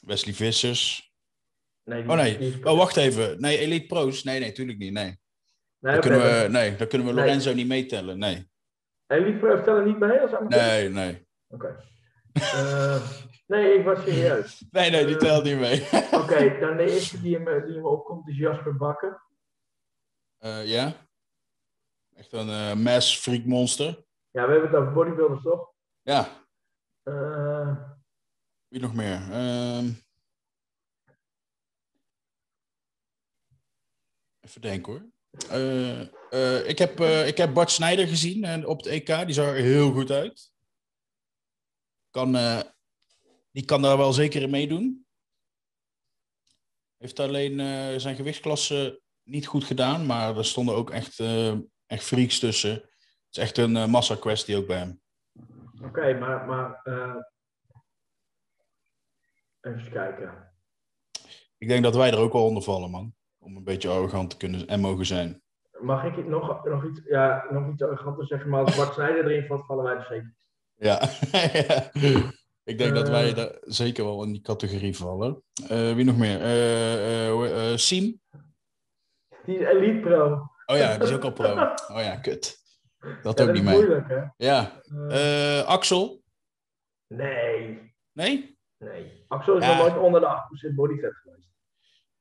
Wesley Vissers. Nee, die- Oh nee. die- Oh, wacht even. Nee, Elite Pro's. Nee, nee, tuurlijk niet. Nee. Nee, Dan oké, kunnen we, dan- nee, dan kunnen we Nee. Lorenzo niet meetellen. Nee. Elite Pro's tellen niet mee als amateur? Nee, nee. Oké. Eh, nee, ik was serieus. Nee, nee, die telt niet mee. Oké, dan de eerste die in me, die in me opkomt is Jasper Bakker. Eh, ja. Echt een eh mass freak monster. Ja, we hebben het over bodybuilders, toch? Ja, Eh, wie nog meer? Ehm, Even denken hoor. Eh, eh, ik, heb, eh, ik heb Bart Snijder gezien en op het EK. Die zag er heel goed uit. Kan, eh, die kan daar wel zeker in meedoen. Heeft alleen eh, zijn gewichtsklasse niet goed gedaan. Maar er stonden ook echt, eh, echt freaks tussen. Het is echt een eh, massa-kwestie ook bij hem. Oké, maar... maar eh, even kijken. Ik denk dat wij er ook wel onder vallen, man. Om een beetje arrogant te kunnen en mogen zijn. Mag ik nog, nog iets, ja, nog iets arroganter zeggen, maar als Bart Snijder erin valt, vallen wij er zeker. Ja. Ik denk dat wij Eh. daar zeker wel in die categorie vallen. Eh, wie nog meer? Eh, eh, hoe- eh, Siem? Die is elite pro. Oh ja, die is ook al pro. Oh ja, kut. Dat Ja, ook dat niet is mee. moeilijk, hè? Ja. Eh, Eh, Axel? nee, Nee? nee. Axel is Ja. nog nooit onder de 8% bodyfat geweest.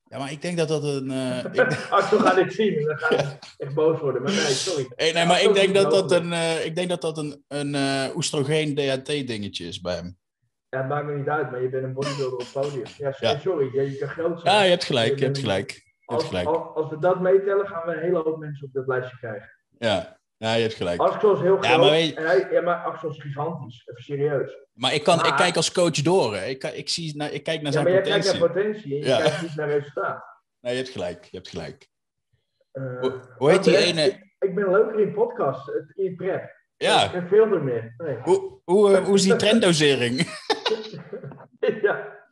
Ja, maar ik denk dat dat een... eh, ik, Axel gaat dit zien en dan gaat hij echt boos worden. Maar nee, sorry. Eh, nee, maar ik denk dat dat een, eh, ik denk dat dat een, een eh, oestrogeen DHT-dingetje is bij hem. Ja, het maakt me niet uit, maar je bent een bodybuilder op het podium. Ja, Ja. sorry, je, je kan groot zijn. Ja, je hebt gelijk, je hebt gelijk. Je hebt als, gelijk. als, als we dat meetellen, gaan we een hele hoop mensen op dat lijstje krijgen. Ja, ja je hebt gelijk. Axel is heel Ja, groot. maar weet- en hij, ja, maar Axel is gigantisch. Even serieus. Maar ik, kan, ik Maar- kijk als coach door. Hè. Ik, kan- ik, zie, naar- ik kijk naar Ja, zijn maar jij kijkt potentie. naar potentie en je Ja. kijkt niet naar resultaat. Nee, je hebt gelijk. Je hebt gelijk. Eh, Hoe, hoe heet die maar terecht, ene? Ik ben leuker in podcasts, het- in prep. Ja, Ik veel er meer. Nee. hoe, hoe, eh, hoe is die trenddosering? ja.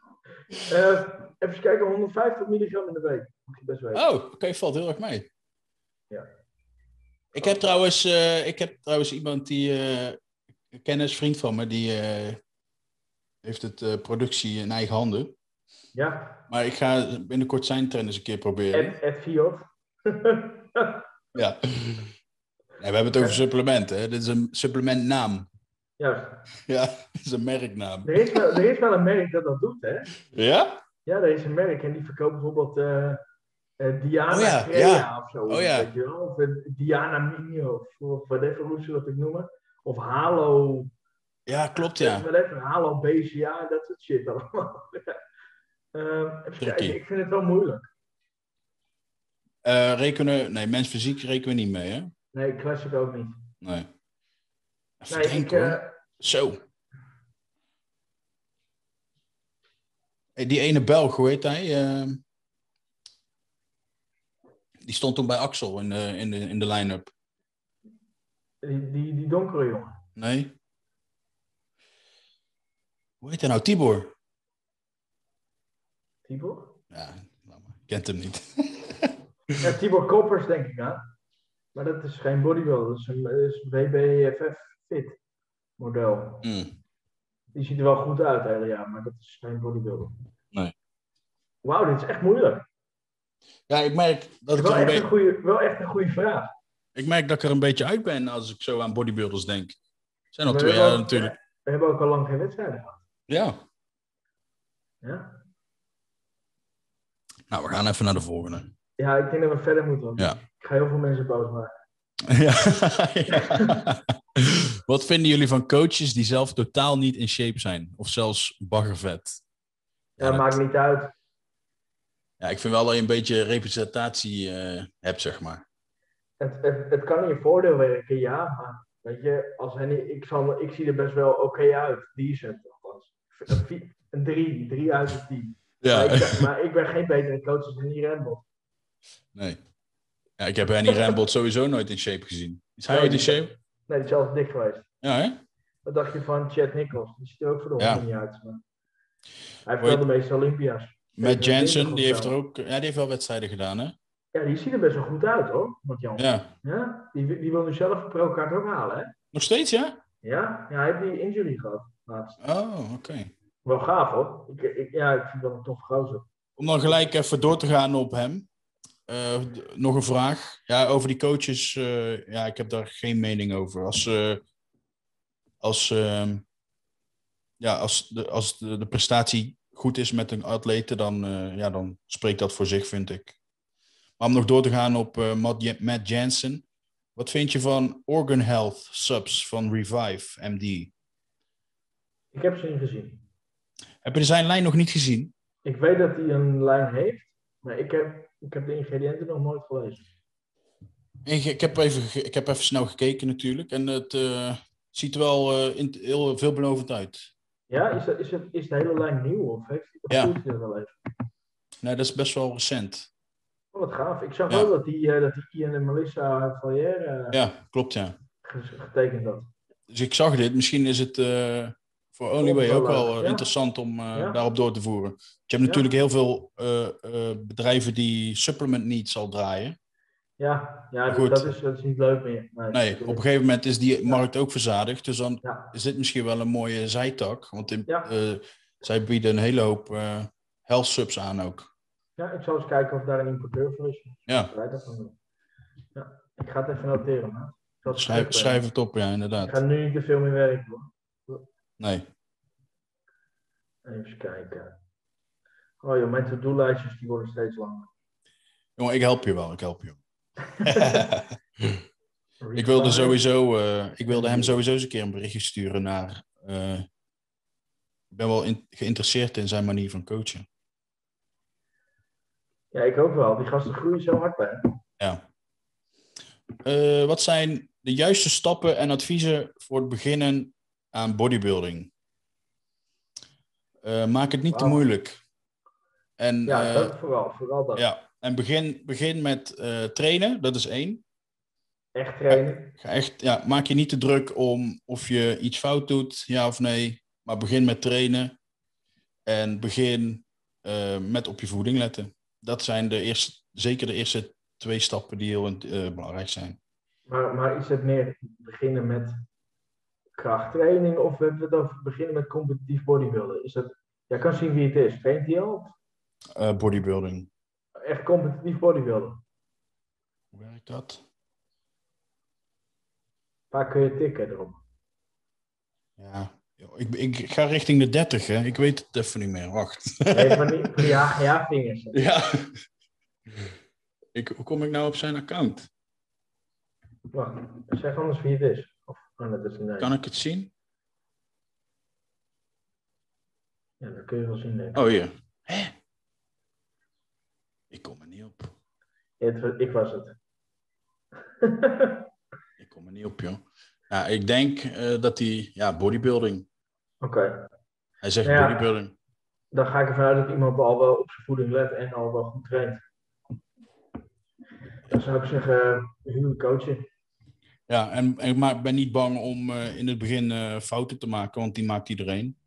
Eh, even kijken, 150 milligram in de week. Moet je best weten. Oh, oké, valt heel erg mee. Ja. Ik heb trouwens, eh, ik heb trouwens iemand die eh, een kennis, vriend van me, die eh, heeft het eh, productie in eigen handen. Ja, Maar ik ga binnenkort zijn trend eens een keer proberen. Ed, Ed Fiot. Ja. Nee, we hebben het over supplementen. Hè. Dit is een supplementnaam. Juist. Ja, dit is een merknaam. Er is, wel, er is wel een merk dat dat doet, hè? Ja? Ja, er is een merk en die verkoopt bijvoorbeeld eh, eh, Diana Oh ja, Crea ja. of zo. Oh ja. weet je wel. Of eh, Diana Mino of of whatever hoe ze dat ik noemen. Of Halo Ja, klopt Ja. ja. Whatever, Halo, BCA, dat soort shit allemaal. Eh, even kijken, Tricky. ik vind het wel moeilijk. Eh, rekenen, nee, mens fysiek rekenen we niet mee, hè? Nee, classic ook niet. Nee. Even Nee, ik, denken, hoor. eh, Zo. Hey, die ene Belg, hoe heet hij? Eh, die stond toen bij Axel in de, in de, in de line-up. die, die, die donkere jongen. Nee? Hoe heet hij nou? Tibor? Tibor? Ja, laat maar. kent hem niet. Ja, Tibor Koppers denk ik aan. Maar dat is geen bodybuilder, dat is een, dat is een WBFF fit model. Hmm. Die ziet er wel goed uit, hele jaar, maar dat is geen bodybuilder. Nee. Wauw, dit is echt moeilijk. Ja, ik merk dat ik Wel er een echt, beetje... een goede, wel echt een goede vraag. Ik merk dat ik er een beetje uit ben als ik zo aan bodybuilders denk. Het zijn al Maar twee we hebben jaar ook- natuurlijk. We hebben ook al lang geen wedstrijden gehad. Ja. Ja? Nou, we gaan even naar de volgende. ja, ik denk dat we verder moeten. want Ja. Ik ga heel veel mensen boos maken. Ja. Ja. Wat vinden jullie van coaches die zelf totaal niet in shape zijn? Of zelfs baggervet? Ja, dat- maakt niet uit. ja, ik vind wel dat je een beetje representatie eh, hebt, zeg maar. Het, het, het kan in je voordeel werken, ja. Maar weet je, als hen, ik, zal, ik zie er best wel oké uit. Decent althans. Een vi- Een drie, drie uit de tien. Maar, Ja, ik, maar ik ben geen betere coach dan die Randall. nee. Ja, ik heb Henny Rambold sowieso nooit in shape gezien. Is hij Nee, ooit in die- shape? Nee, die is zelfs dik geweest. Ja, hè? Wat dacht je van Chad Nichols? Die ziet er ook voor de Ja. honderd niet uit. Maar... Hij Hoi. heeft wel de meeste Olympia's. Matt Jansen, die heeft er er ook... Ja, die heeft wel wedstrijden gedaan, hè? Ja, die ziet er best wel goed uit hoor. Want Jan. Ja. Ja. Die, die wil nu zelf een pro-kaart ook halen hè. Nog steeds, ja? Ja? ja, hij heeft die injury gehad laatst. Oh, oké. Wel gaaf hoor. Ik, ik, ja, ik vind dat een tof gozer. Om dan gelijk even door te gaan op hem. Eh, d- nog een vraag. Ja, over die coaches. eh, ja, ik heb daar geen mening over. Als, eh, als, ehm, ja, als, de, als de, de prestatie goed is met een atlete, dan, eh, ja, dan spreekt dat voor zich, vind ik. Maar om nog door te gaan op eh, Matt, Ja- Matt Jansen. Wat vind je van Organ Health Subs van Revive MD? Ik heb ze niet gezien. Heb je zijn lijn nog niet gezien? Ik weet dat hij een lijn heeft, maar ik heb, ik heb de ingrediënten nog nooit gelezen. Ik, ik, heb even, ge- ik heb even snel gekeken natuurlijk. En het eh, ziet er wel eh, in- heel veelbelovend uit. Ja, is, dat, is, het, is de hele lijn nieuw of heeft of Ja. voelt hij dat wel even? Nee, dat is best wel recent. Oh, wat gaaf. Ik zag Ja. wel dat die, eh dat die Ian en Melissa Valier eh, Ja, klopt ja. ges- getekend had. Dus ik zag dit. Misschien is het eh, voor Onlyway ook wel eh, Ja. interessant om eh, Ja. daarop door te voeren. Want Je hebt natuurlijk heel veel eh, eh, bedrijven die supplement needs al draaien. Ja, ja Maar dat, goed. dat is, dat is niet leuk meer. Nee, op een gegeven moment is die markt ook verzadigd. Dus dan Ja. is dit misschien wel een mooie zijtak. Want in- Ja. eh, zij bieden een hele hoop eh health subs aan ook. ja, ik zal eens kijken of daar een importeur voor is. Ja. Ik weet dat nog niet. Ja, ik ga het even noteren. Man. Ik zal het Schrijf, even- schrijf het op, ja, inderdaad. Ik ga nu niet te veel meer werken hoor. Nee. Even kijken. Oh joh, mijn to-do-lijstjes die worden steeds langer. Jongen, ik help je wel, ik help je. ik wilde sowieso, eh, ik wilde hem sowieso eens een keer een berichtje sturen naar. eh, ik ben wel in- geïnteresseerd in zijn manier van coachen. Ja, ik ook wel. Die gasten groeien zo hard bij hem. Ja. Eh, wat zijn de juiste stappen en adviezen voor het beginnen aan bodybuilding? Eh, maak het niet te Wauw. moeilijk. En, Ja, eh, dat vooral. Vooral dat. ja. en begin, begin met eh, trainen, dat is één. Echt trainen. Ga echt, ja, maak je niet te druk om of je iets fout doet, ja of nee. Maar begin met trainen. En begin eh, met op je voeding letten. Dat zijn de eerste, zeker de eerste twee stappen die heel eh, belangrijk zijn. Maar, maar is het meer beginnen met krachttraining of hebben we het over beginnen met competitief bodybuilden? Is dat... Jij kan zien wie het is. Traint hij al? Eh, bodybuilding. Echt competitief bodybuilden. Hoe werkt dat? Waar kun je tikken erop? Ja. Ik, ik ga richting de 30, hè. Ik weet het even niet meer. Wacht. Nee, van die, van die HGA-vingers. ja. Ik, hoe kom ik nou op zijn account? Wacht, zeg anders wie het is. Of, oh, dat is een nee. Kan ik het zien? Ja, dat kun je wel zien. denk ik. Oh, hier. Hè? Ik kom er niet op. Het was- ik was het. Ik kom er niet op, joh. Ja, ik denk eh, dat hij... Ja, bodybuilding. Oké, Hij zegt Ja. bodybuilding. dan ga ik ervan uit dat iemand al wel op zijn voeding let en al wel goed traint. Dan zou ik zeggen, eh, huur een coaching. Ja, en, en, maar ik ben niet bang om eh, in het begin eh, fouten te maken, want die maakt iedereen.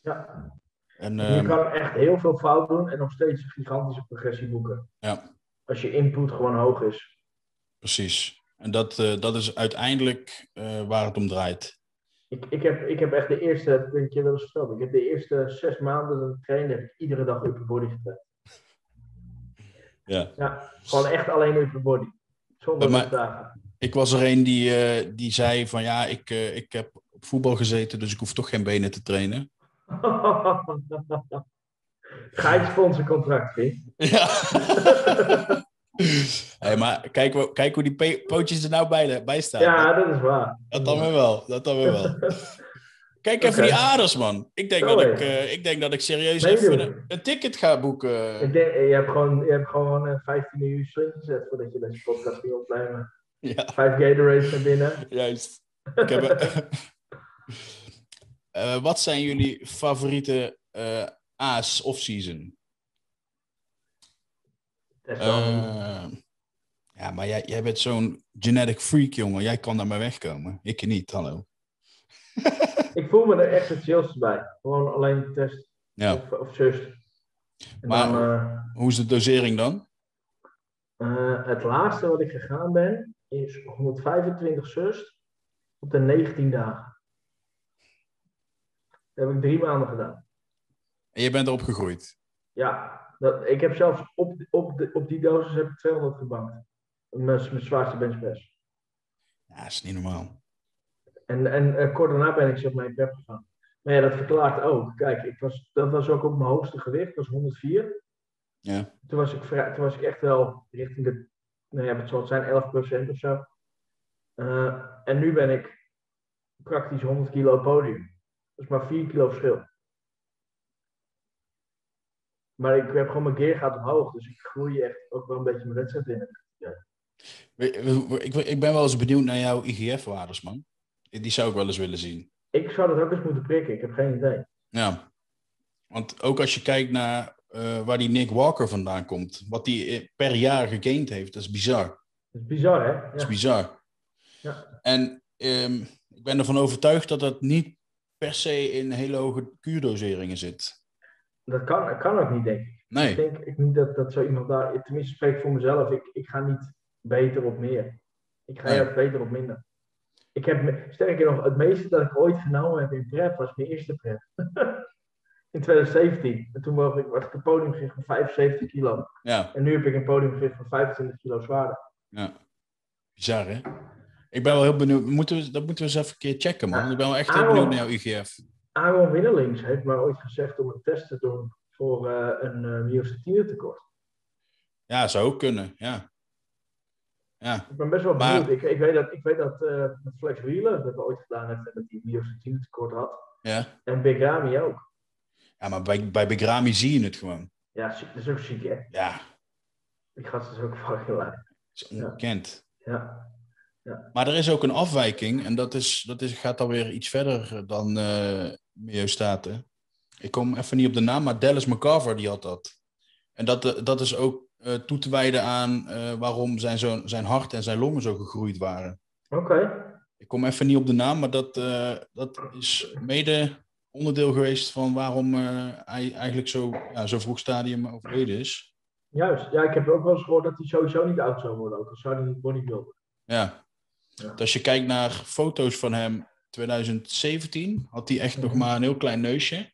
Ja. En Je ehm, kan echt heel veel fout doen en nog steeds gigantische progressie boeken. ja, Als je input gewoon hoog is. precies. En dat, eh, dat is uiteindelijk eh, waar het om draait. Ik, ik, heb, ik heb echt de eerste, dat heb ik je wel eens verteld, ik heb de eerste zes maanden dat ik trainde, heb ik iedere dag upper body getraind. Ja. ja. Gewoon echt alleen upper body. Zonder Maar- opdagen. Ik was er een die, eh, die zei van ja, ik, eh, ik heb op voetbal gezeten, dus ik hoef toch geen benen te trainen. Ga je sponsorcontract, Vin? Ja. hey, maar kijk, hoe- kijk hoe die pe- pootjes er nou bij, bij staan. Ja, dat is waar. Dat dan weer wel. Dat dan weer wel. Kijk even Oké. die aders, man. Ik denk, Zo dat ik, even. eh, ik denk dat ik serieus Meedoen. even een, een ticket ga boeken. Ik denk, je hebt gewoon, je hebt gewoon eh, 15 uur sling gezet voordat je deze podcast ging opnemen. Ja, Vijf Gatorades naar binnen. juist. Ik heb, Eh, wat zijn jullie favoriete eh A's off-season? Test dan. Eh, ja, maar jij, jij bent zo'n genetic freak, jongen. Jij kan daarmee wegkomen. Ik niet, hallo. Ik voel me er echt het chillste bij. Gewoon alleen test Ja. of, of zus. En Maar- dan, eh, Hoe is de dosering dan? eh, het laatste wat ik gegaan ben, is 125 zus op de 19 dagen. Dat heb ik drie maanden gedaan. En je bent erop gegroeid. Ja, dat, ik heb zelfs op, op, de, op die dosis heb ik 200 gebankt. Mijn, mijn zwaarste benchpress. Ja, is niet normaal. En, en eh, kort daarna ben ik zeg maar in prep gegaan. Maar ja, dat verklaart ook. Kijk, ik was, dat was ook op mijn hoogste gewicht, dat was 104. Ja. Toen was ik, vrij, toen was ik echt wel richting de, nou ja, wat zal het zijn, 11% of zo. Eh, en nu ben ik praktisch 100 kilo op podium. Dat is maar 4 kilo verschil. Maar ik heb gewoon mijn gear gaat omhoog, dus ik groei echt ook wel een beetje mijn wedstrijd in. We- we- we- Ik, ik ben wel eens benieuwd naar jouw IGF-waardes, man. Die zou ik wel eens willen zien. Ik zou dat ook eens moeten prikken, ik heb geen idee. Ja, want ook als je kijkt naar eh, waar die Nick Walker vandaan komt, wat hij per jaar gegained heeft, dat is bizar. Dat is bizar, hè? Ja. Dat is bizar. Ja. En ehm, ik ben ervan overtuigd dat dat niet per se in hele hoge kuurdoseringen zit. Dat kan, dat kan ook niet, denk ik. Ik Nee, denk ik niet dat, dat zo iemand daar, tenminste spreek voor mezelf, ik, ik ga niet beter op meer. Ik ga Nee. juist beter op minder. Ik heb, me- sterker nog, het meeste dat ik ooit genomen heb in prep was mijn eerste prep. in 2017. En toen mocht ik, was ik een podiumgewicht van 75 kilo. ja, En nu heb ik een podiumgewicht van 25 kilo zwaarder. bizar hè? Ik ben wel heel benieuwd. Moeten we, dat moeten we eens even een keer checken, man. Ik ben wel echt heel benieuwd naar jouw IGF. Aaron Winnelings heeft mij ooit gezegd om een test te doen voor eh, een eh myostatinetekort. tekort. Ja, zou ook kunnen, ja. Ja, Ik ben best wel Maar- benieuwd. Ik, ik weet dat, ik weet dat eh, Flex Wheeler dat ooit gedaan heeft en dat hij myostatinetekort tekort had. ja. En Big Ramy ook. ja maar bij, bij Begrami zie je het gewoon. Ja, ziek- dat is ook ziek, hè? Ja, dat Die gast is ook fucking lui. is ongekend. Ja. Maar er is ook een afwijking en dat, is, dat is, gaat alweer iets verder dan eh Miljostaten. Ik kom even niet op de naam, maar Dallas McCarver die had dat. En dat, eh, dat is ook eh, toe te wijden aan eh, waarom zijn, zoon- zijn hart en zijn longen zo gegroeid waren. Oké. Ik kom even niet op de naam, maar dat, eh, dat is mede onderdeel geweest van waarom eh, hij eigenlijk zo, ja, zo vroeg stadium overleden is. Juist. Ja, ik heb ook wel eens gehoord dat hij sowieso niet oud zou worden. Ook al zou hij niet bodybuilder. Ja. Ja. Want Als je kijkt naar foto's van hem 2017, had hij echt nog Mhm. maar een heel klein neusje.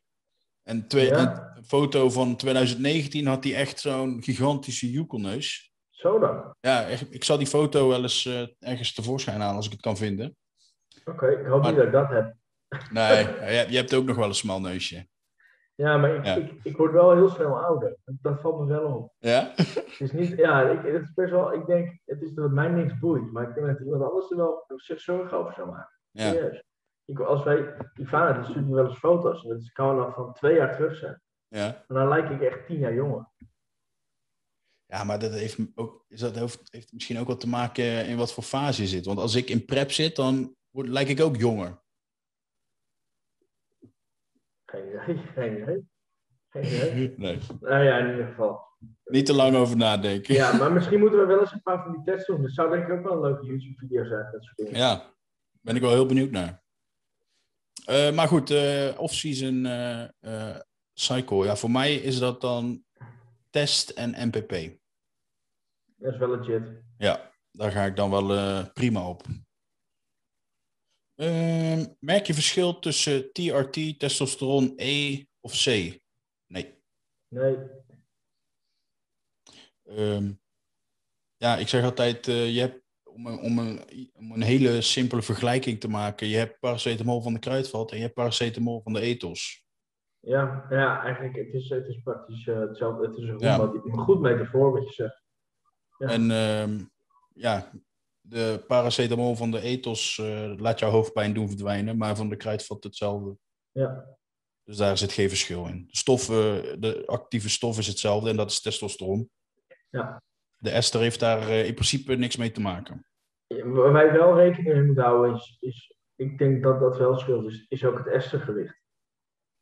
En twee, Ja. een foto van 2019 had hij echt zo'n gigantische joekelneus. Zo dan. Oké, Ja, echt, ik zal die foto wel eens eh, ergens tevoorschijn halen als ik het kan vinden. ik hoop Maar- niet dat ik dat heb. Nee, je, je hebt ook nog wel een smal neusje. Ja, maar ik, Ja. Ik, ik word wel heel snel ouder. Dat valt me wel op. Ja? Het is niet, ja, ik, het is best wel, ik denk, het is dat mij niks boeit. Maar ik denk dat iemand anders er wel zich zorgen over zou maken. Ja, Serieus. Ik, als wij, Ivana, die stuurt me wel eens foto's. En dat is- kan wel van twee jaar terug zijn. ja. En dan lijk ik echt tien jaar jonger. ja maar dat heeft, ook, is dat heeft, heeft misschien ook wat te maken eh, in wat voor fase je zit. Want als ik in prep zit, dan word, lijk ik ook jonger. Geen idee, geen idee. Geen idee. Nee, Nou ja, in ieder geval. niet te lang over nadenken. Ja, maar misschien moeten we wel eens een paar van die tests doen. Dat zou denk ik ook wel een leuke YouTube-video zijn. Dat soort dingen. Ja, ben ik wel heel benieuwd naar. Eh, maar goed, eh off-season eh, eh, cycle. Ja, voor mij is dat dan test en MPP. Dat is wel legit. Ja, daar ga ik dan wel eh, prima op. Ehm, merk je verschil tussen TRT, testosteron E of C? Nee. Nee. Ehm, ja, ik zeg altijd, eh, je hebt, om, een, om, een, om een hele simpele vergelijking te maken, je hebt paracetamol van de kruidvat en je hebt paracetamol van de ethos. Ja, ja eigenlijk, het is, het is praktisch eh, hetzelfde. Het is een Ja. goed, een goed metafoor wat je zegt. Ja. En ehm, ja, de paracetamol van de ethos eh, laat jouw hoofdpijn doen verdwijnen, maar van de kruidvat hetzelfde. Ja. Dus daar zit geen verschil in. De stoffen, de actieve stof is hetzelfde en dat is testosteron. Ja. De ester heeft daar eh, in principe niks mee te maken. Waar wij wel rekening mee moeten houden is, is ik denk dat dat wel scheelt, is, is ook het estergewicht.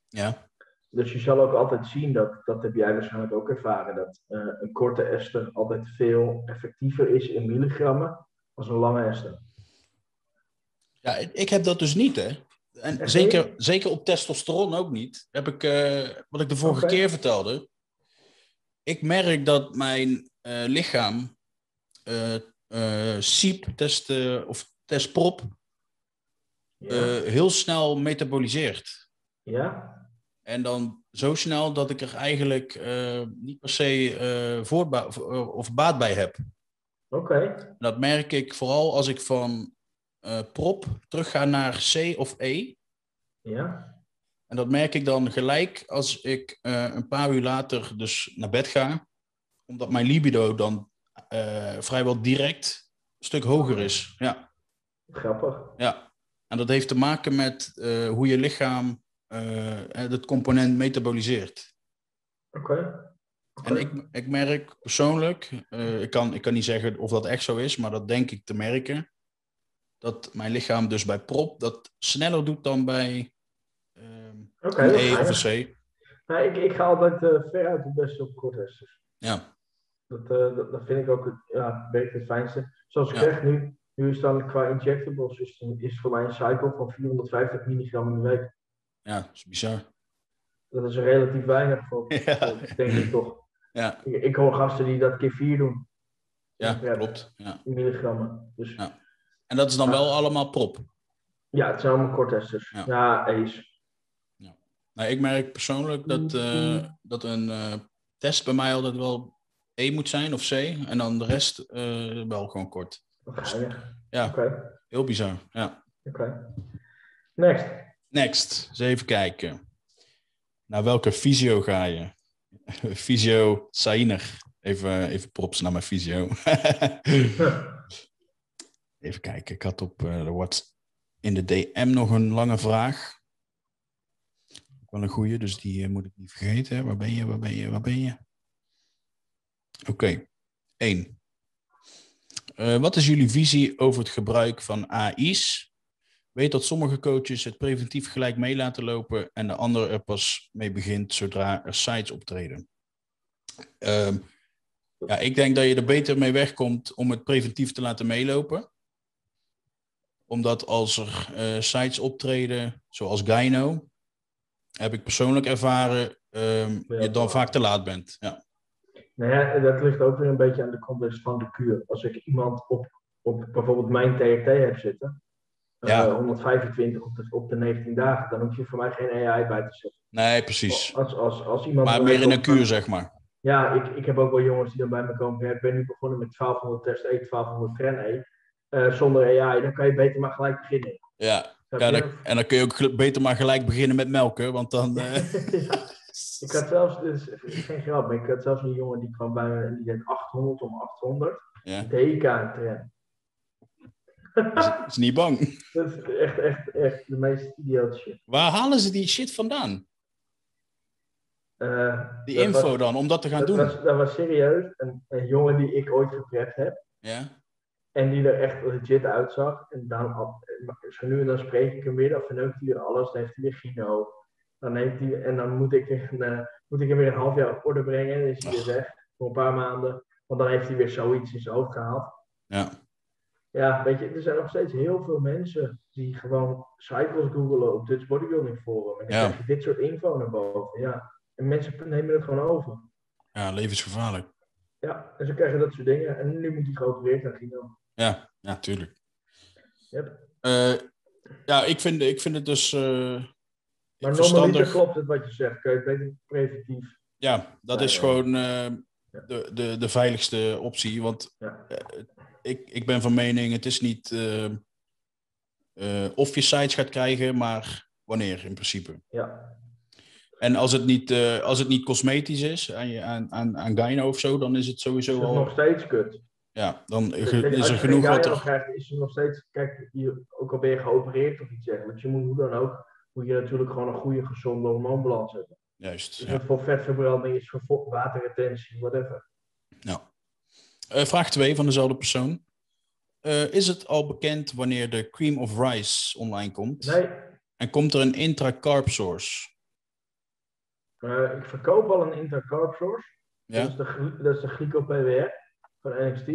Ja, Dus je zal ook altijd zien, dat, dat heb jij waarschijnlijk ook ervaren, dat eh, een korte ester altijd veel effectiever is in milligrammen als een lange ester. ja ik- ik heb dat dus niet, hè. En Echt zeker, zeker op testosteron ook niet. Heb ik, eh, wat ik de vorige Oké. keer vertelde. Ik merk dat mijn eh, lichaam eh eh, SIEP, test, eh, of testprop, Ja? eh, heel snel metaboliseert. ja? En dan zo snel dat ik er eigenlijk eh, niet per se eh, voorba- of, of baat bij heb. Oké. En dat merk ik vooral als ik van eh, prop terug ga naar C of E. Ja? En dat merk ik dan gelijk als ik eh, een paar uur later dus naar bed ga. Omdat mijn libido dan eh, vrijwel direct een stuk hoger is. Ja, Grappig. ja. En dat heeft te maken met eh, hoe je lichaam eh, eh, dat component metaboliseert. Oké. En ik, ik merk persoonlijk, eh, ik, kan, ik kan niet zeggen of dat echt zo is, maar dat denk ik te merken. Dat mijn lichaam dus bij prop dat sneller doet dan bij ehm, Oké, een dat E ga je. of een C. Nou, ik, ik ga altijd eh, ver veruit het beste op korte esters. Ja, Dat, eh, dat, dat vind ik ook het, ja, werkt het fijnste. Zoals ik Ja. zeg nu, nu is dan qua injectables is, is voor mij een cycle van 450 milligram in de week. ja, dat is bizar. Dat is relatief weinig voor, Ja, voor- denk ik toch. ja, Ik, ik hoor gasten die dat keer 4 doen, ja Ja. klopt. Ja. in milligrammen. Dus Ja. En dat is dan wel allemaal prop. ja, het zijn allemaal kortesters. Ja. Ja, ace. Nou, ik merk persoonlijk dat, eh, dat een eh, test bij mij altijd wel E moet zijn of C. En dan de rest eh, wel gewoon kort. Wat geinig. Ja. Oké, oké. Heel bizar, ja. Next. Next, eens even kijken. Naar welke fysio ga je? Fysio Sainer. Even, even props naar mijn fysio. Huh. even kijken, ik had op eh, de Whats in de DM nog een lange vraag. Ook wel een goeie, dus die eh, moet ik niet vergeten. Waar ben je, waar ben je, waar ben je? Oké, één. Eh, wat is jullie visie over het gebruik van AI's? Weet dat sommige coaches het preventief gelijk mee laten lopen en de ander er pas mee begint zodra er sites optreden. Ehm, ja, ik denk dat je er beter mee wegkomt om het preventief te laten meelopen. Omdat als er eh, sites optreden, zoals Gyno, heb ik persoonlijk ervaren, ehm, Ja. je dan vaak te laat bent. Ja. Nou ja, dat ligt ook weer een beetje aan de context van de kuur. Als ik iemand op, op bijvoorbeeld mijn TRT heb zitten, eh, Ja. 125 op de, op de 19 dagen, dan hoef je voor mij geen AI bij te zetten. Nee, precies. Als, als, als iemand Maar bij meer mij in een komt- kuur, zeg maar. Ja, ik, ik heb ook wel jongens die dan bij me komen. ja, ik ben nu begonnen met 1200 test E, 1200 tren E. Eh, zonder AI, dan kan je beter maar gelijk beginnen. Ja, Snap Ja, je? dan- en dan kun je ook gel- beter maar gelijk beginnen met melken, want dan... eh, Ja, ik had zelfs, dus, geen grap, maar ik had zelfs een jongen die kwam bij me en die deed 800 om 800. ja, DK tren. is, is niet bang. Dat is echt, echt, echt de meest idiote shit. Waar halen ze die shit vandaan? Eh, Die dat info was- dan, om dat te gaan dat, doen? Was, dat was serieus een, een jongen die ik ooit geprept heb. Ja, En die er echt legit uitzag. En dan, al- maar zo nu en dan spreek ik hem weer. Dan verneukt hij weer alles. Dan heeft hij weer Gino. Dan heeft hij, en dan moet ik, weer een, eh, moet ik hem weer een half jaar op orde brengen. En dan is hij Ach. weer weg. Voor een paar maanden. Want dan heeft hij weer zoiets in zijn hoofd gehaald. ja, Ja, weet je, er zijn nog steeds heel veel mensen die gewoon cycles googelen op Dutch Bodybuilding Forum. En dan Ja. krijg je dit soort info naar boven. Ja. En mensen nemen het gewoon over. ja levensgevaarlijk. Ja, en ze krijgen dat soort dingen. En nu moet hij geopereerd naar Gino. Ja, ja, tuurlijk. Yep. Eh, ja, ik vind, ik vind het dus... eh, Maar normaliter verstandig. klopt het wat je zegt. Kun je het beter preventief Ja, dat Ja, is ja. gewoon eh, de, de, de veiligste optie. Want Ja. eh, ik, ik ben van mening, het is niet eh, eh, of je sites gaat krijgen, maar wanneer in principe. Ja, En als het niet, eh, als het niet cosmetisch is aan, je, aan, aan, aan Gyno of zo, dan is het is sowieso het al. nog steeds kut. Ja, dan Dus ge- kijk, is als er je genoeg geen wat gynae er. krijgt, is er nog steeds, kijk, je, ook al ben je geopereerd of iets dergelijks, je moet hoe dan ook, moet je natuurlijk gewoon een goede, gezonde hormoonbalans hebben. Juist. Dus Ja. het voor vetverbranding is voor vo- waterretentie, whatever. Eh, vraag 2 van dezelfde persoon. Eh, is het al bekend wanneer de cream of rice online komt? Nee, En komt er een intra-carb source? eh, ik verkoop al een intercarb source. Ja? Dat is de, gly- dat is de glyco-PWR van NXT.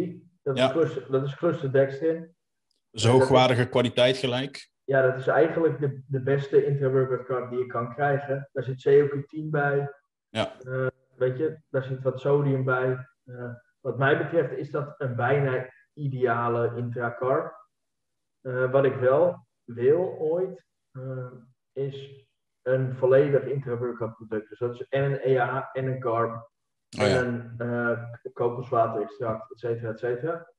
Dat is, Ja. cluster, dat is cluster dextrin. Dus hoogwaardige kwaliteit gelijk. Ja, dat is eigenlijk de, de beste intra-workout carb die je kan krijgen. Daar zit CoQ10 bij. Ja. Eh, weet je, daar zit wat sodium bij. Eh, wat mij betreft is dat een bijna ideale intra-carb. Eh, wat ik wel wil ooit, eh, is een volledig intra-workout product. Dus dat is en een EA en een carb Oh ja. en eh kokoswaterextract, et cetera, et cetera.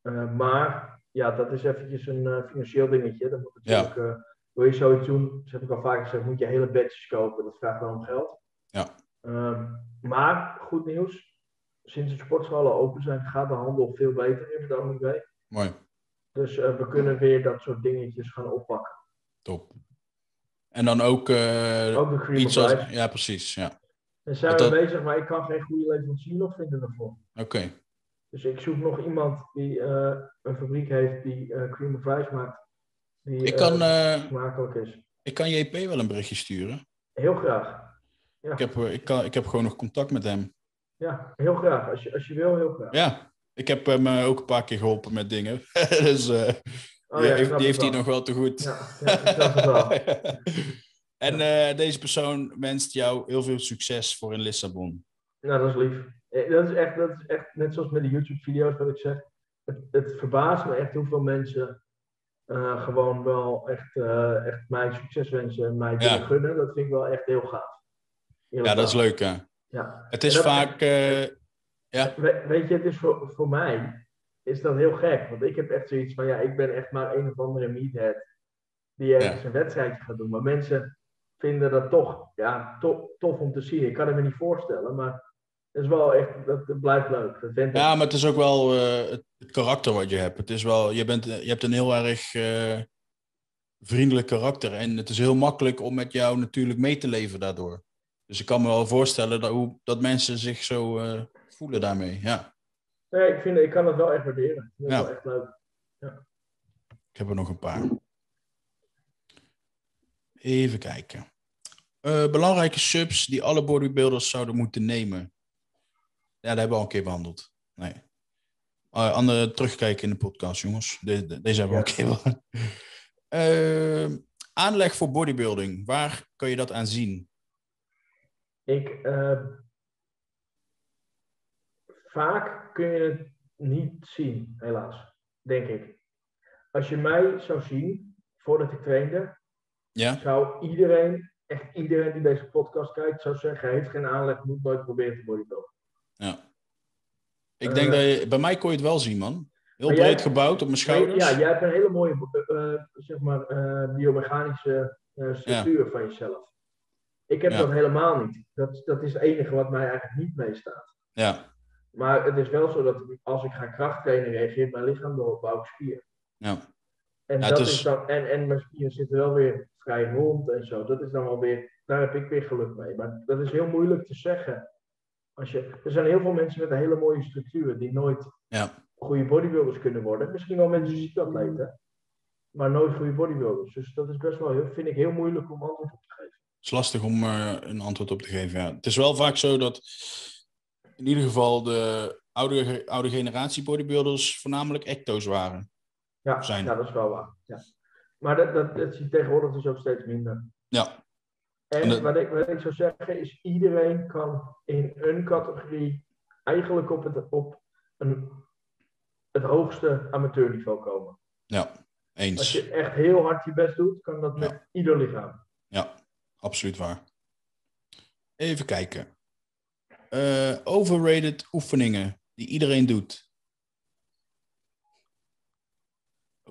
Eh, maar ja, dat is eventjes een eh, financieel dingetje. Dan moet natuurlijk, eh, wil je zoiets doen, dat heb ik al vaker gezegd, moet je hele batches kopen. Dat vraagt wel om geld. Ja. Ehm, maar goed nieuws, sinds de sportscholen open zijn, gaat de handel veel beter in de OMB. Mooi. Dus eh, we kunnen weer dat soort dingetjes gaan oppakken. Top. En dan ook eh, Ook de cream iets of als... rice. Ja, precies. Ja. Daar zijn dat- we bezig, maar ik kan geen goede leverancier nog vinden daarvoor. Oké. Dus ik zoek nog iemand die eh, een fabriek heeft die eh cream of rice maakt. Die Ik, kan, eh, eh, smakelijk is. ik kan JP wel een berichtje sturen. Heel graag. Ik heb, eh, ik, kan, ik heb gewoon nog contact met hem. Ja, heel graag. Als je, als je wil, heel graag. Ja. Ik heb hem eh, ook een paar keer geholpen met dingen. dus eh, Oh, die ja, ik heeft- snap die heeft het wel. hij nog wel te goed. Ja, ja, ik snap het wel. en eh, deze persoon wenst jou heel veel succes voor in Lissabon. Nou, dat is lief. Eh, Dat is echt, dat is echt net zoals met de YouTube-video's, wat ik zeg. Het, het verbaast me echt hoeveel mensen eh, gewoon wel echt, eh, echt mij succes wensen en mij willen gunnen. Dat vind ik wel echt heel gaaf. Ja, dat is leuk hè. Ja. Het is En dat- vaak... eh, We- weet je, het is voor, voor mij is dat heel gek. Want ik heb echt zoiets van, ja, ik ben echt maar een of andere meathead die ergens een wedstrijdje gaat doen. Maar mensen vinden dat toch, ja, to- tof om te zien. Ik kan het me niet voorstellen, maar het is wel echt, dat, dat blijft leuk. Dat vind ik. Ja, maar het is ook wel eh, het, het karakter wat je hebt. Het is wel, je, bent, je hebt een heel erg eh, vriendelijk karakter. En het is heel makkelijk om met jou natuurlijk mee te leven daardoor. Dus ik kan me wel voorstellen dat, hoe, dat mensen zich zo eh, voelen daarmee. Ja, Nee, ik, vind, ik kan het wel echt waarderen. Ik vind het Ja. wel echt leuk. ik heb er nog een paar. Even kijken. Eh, belangrijke subs die alle bodybuilders zouden moeten nemen. Ja, dat hebben we al een keer behandeld. Nee. Eh, andere terugkijken in de podcast, jongens. De- de- deze hebben we al een keer behandeld. Eh, aanleg voor bodybuilding. Waar kan je dat aan zien? Ik, eh, vaak kun je het niet zien, helaas. Denk ik. Als je mij zou zien, voordat ik trainde, Ja? zou iedereen, echt iedereen die deze podcast kijkt, zou zeggen: hij heeft geen aanleg, moet nooit proberen te bodybuilden. ja. Ik denk dat je... Bij mij kon je het wel zien, man. Heel Eh, Maar jij- breed gebouwd op mijn schouders. Ja, jij hebt een hele mooie eh, eh, zeg maar, eh, biomechanische eh, structuur van jezelf. Ik heb Ja. dat helemaal niet. Dat, dat is het enige wat mij eigenlijk niet meestaat. ja. Maar het is wel zo dat als ik ga krachttrainen, reageert mijn lichaam door bouwspier. ja. En, Ja, dat het is- is dan, en, en mijn spieren zitten wel weer vrij rond en zo. Dat is dan wel weer, daar heb ik weer geluk mee. Maar dat is heel moeilijk te zeggen. Als je, er zijn heel veel mensen met een hele mooie structuur die nooit Ja. goede bodybuilders kunnen worden. Misschien wel mensen die dat weten, maar nooit goede bodybuilders. Dus dat is best wel, heel, vind ik heel moeilijk om antwoord op te geven. Het is lastig om eh, een antwoord op te geven. Ja. Het is wel vaak zo dat in ieder geval de oude, oude generatie bodybuilders voornamelijk ecto's waren. Ja, Zijn. ja dat is wel waar. Ja. Maar dat, dat, dat zie je tegenwoordig dus ook steeds minder. Ja, En dat- En wat ik, wat ik zou zeggen is, iedereen kan in een categorie eigenlijk op het, op een, het hoogste amateurniveau komen. ja Als eens. je echt heel hard je best doet, kan dat met ieder lichaam. Ja, absoluut waar. Even kijken. eh, overrated oefeningen die iedereen doet.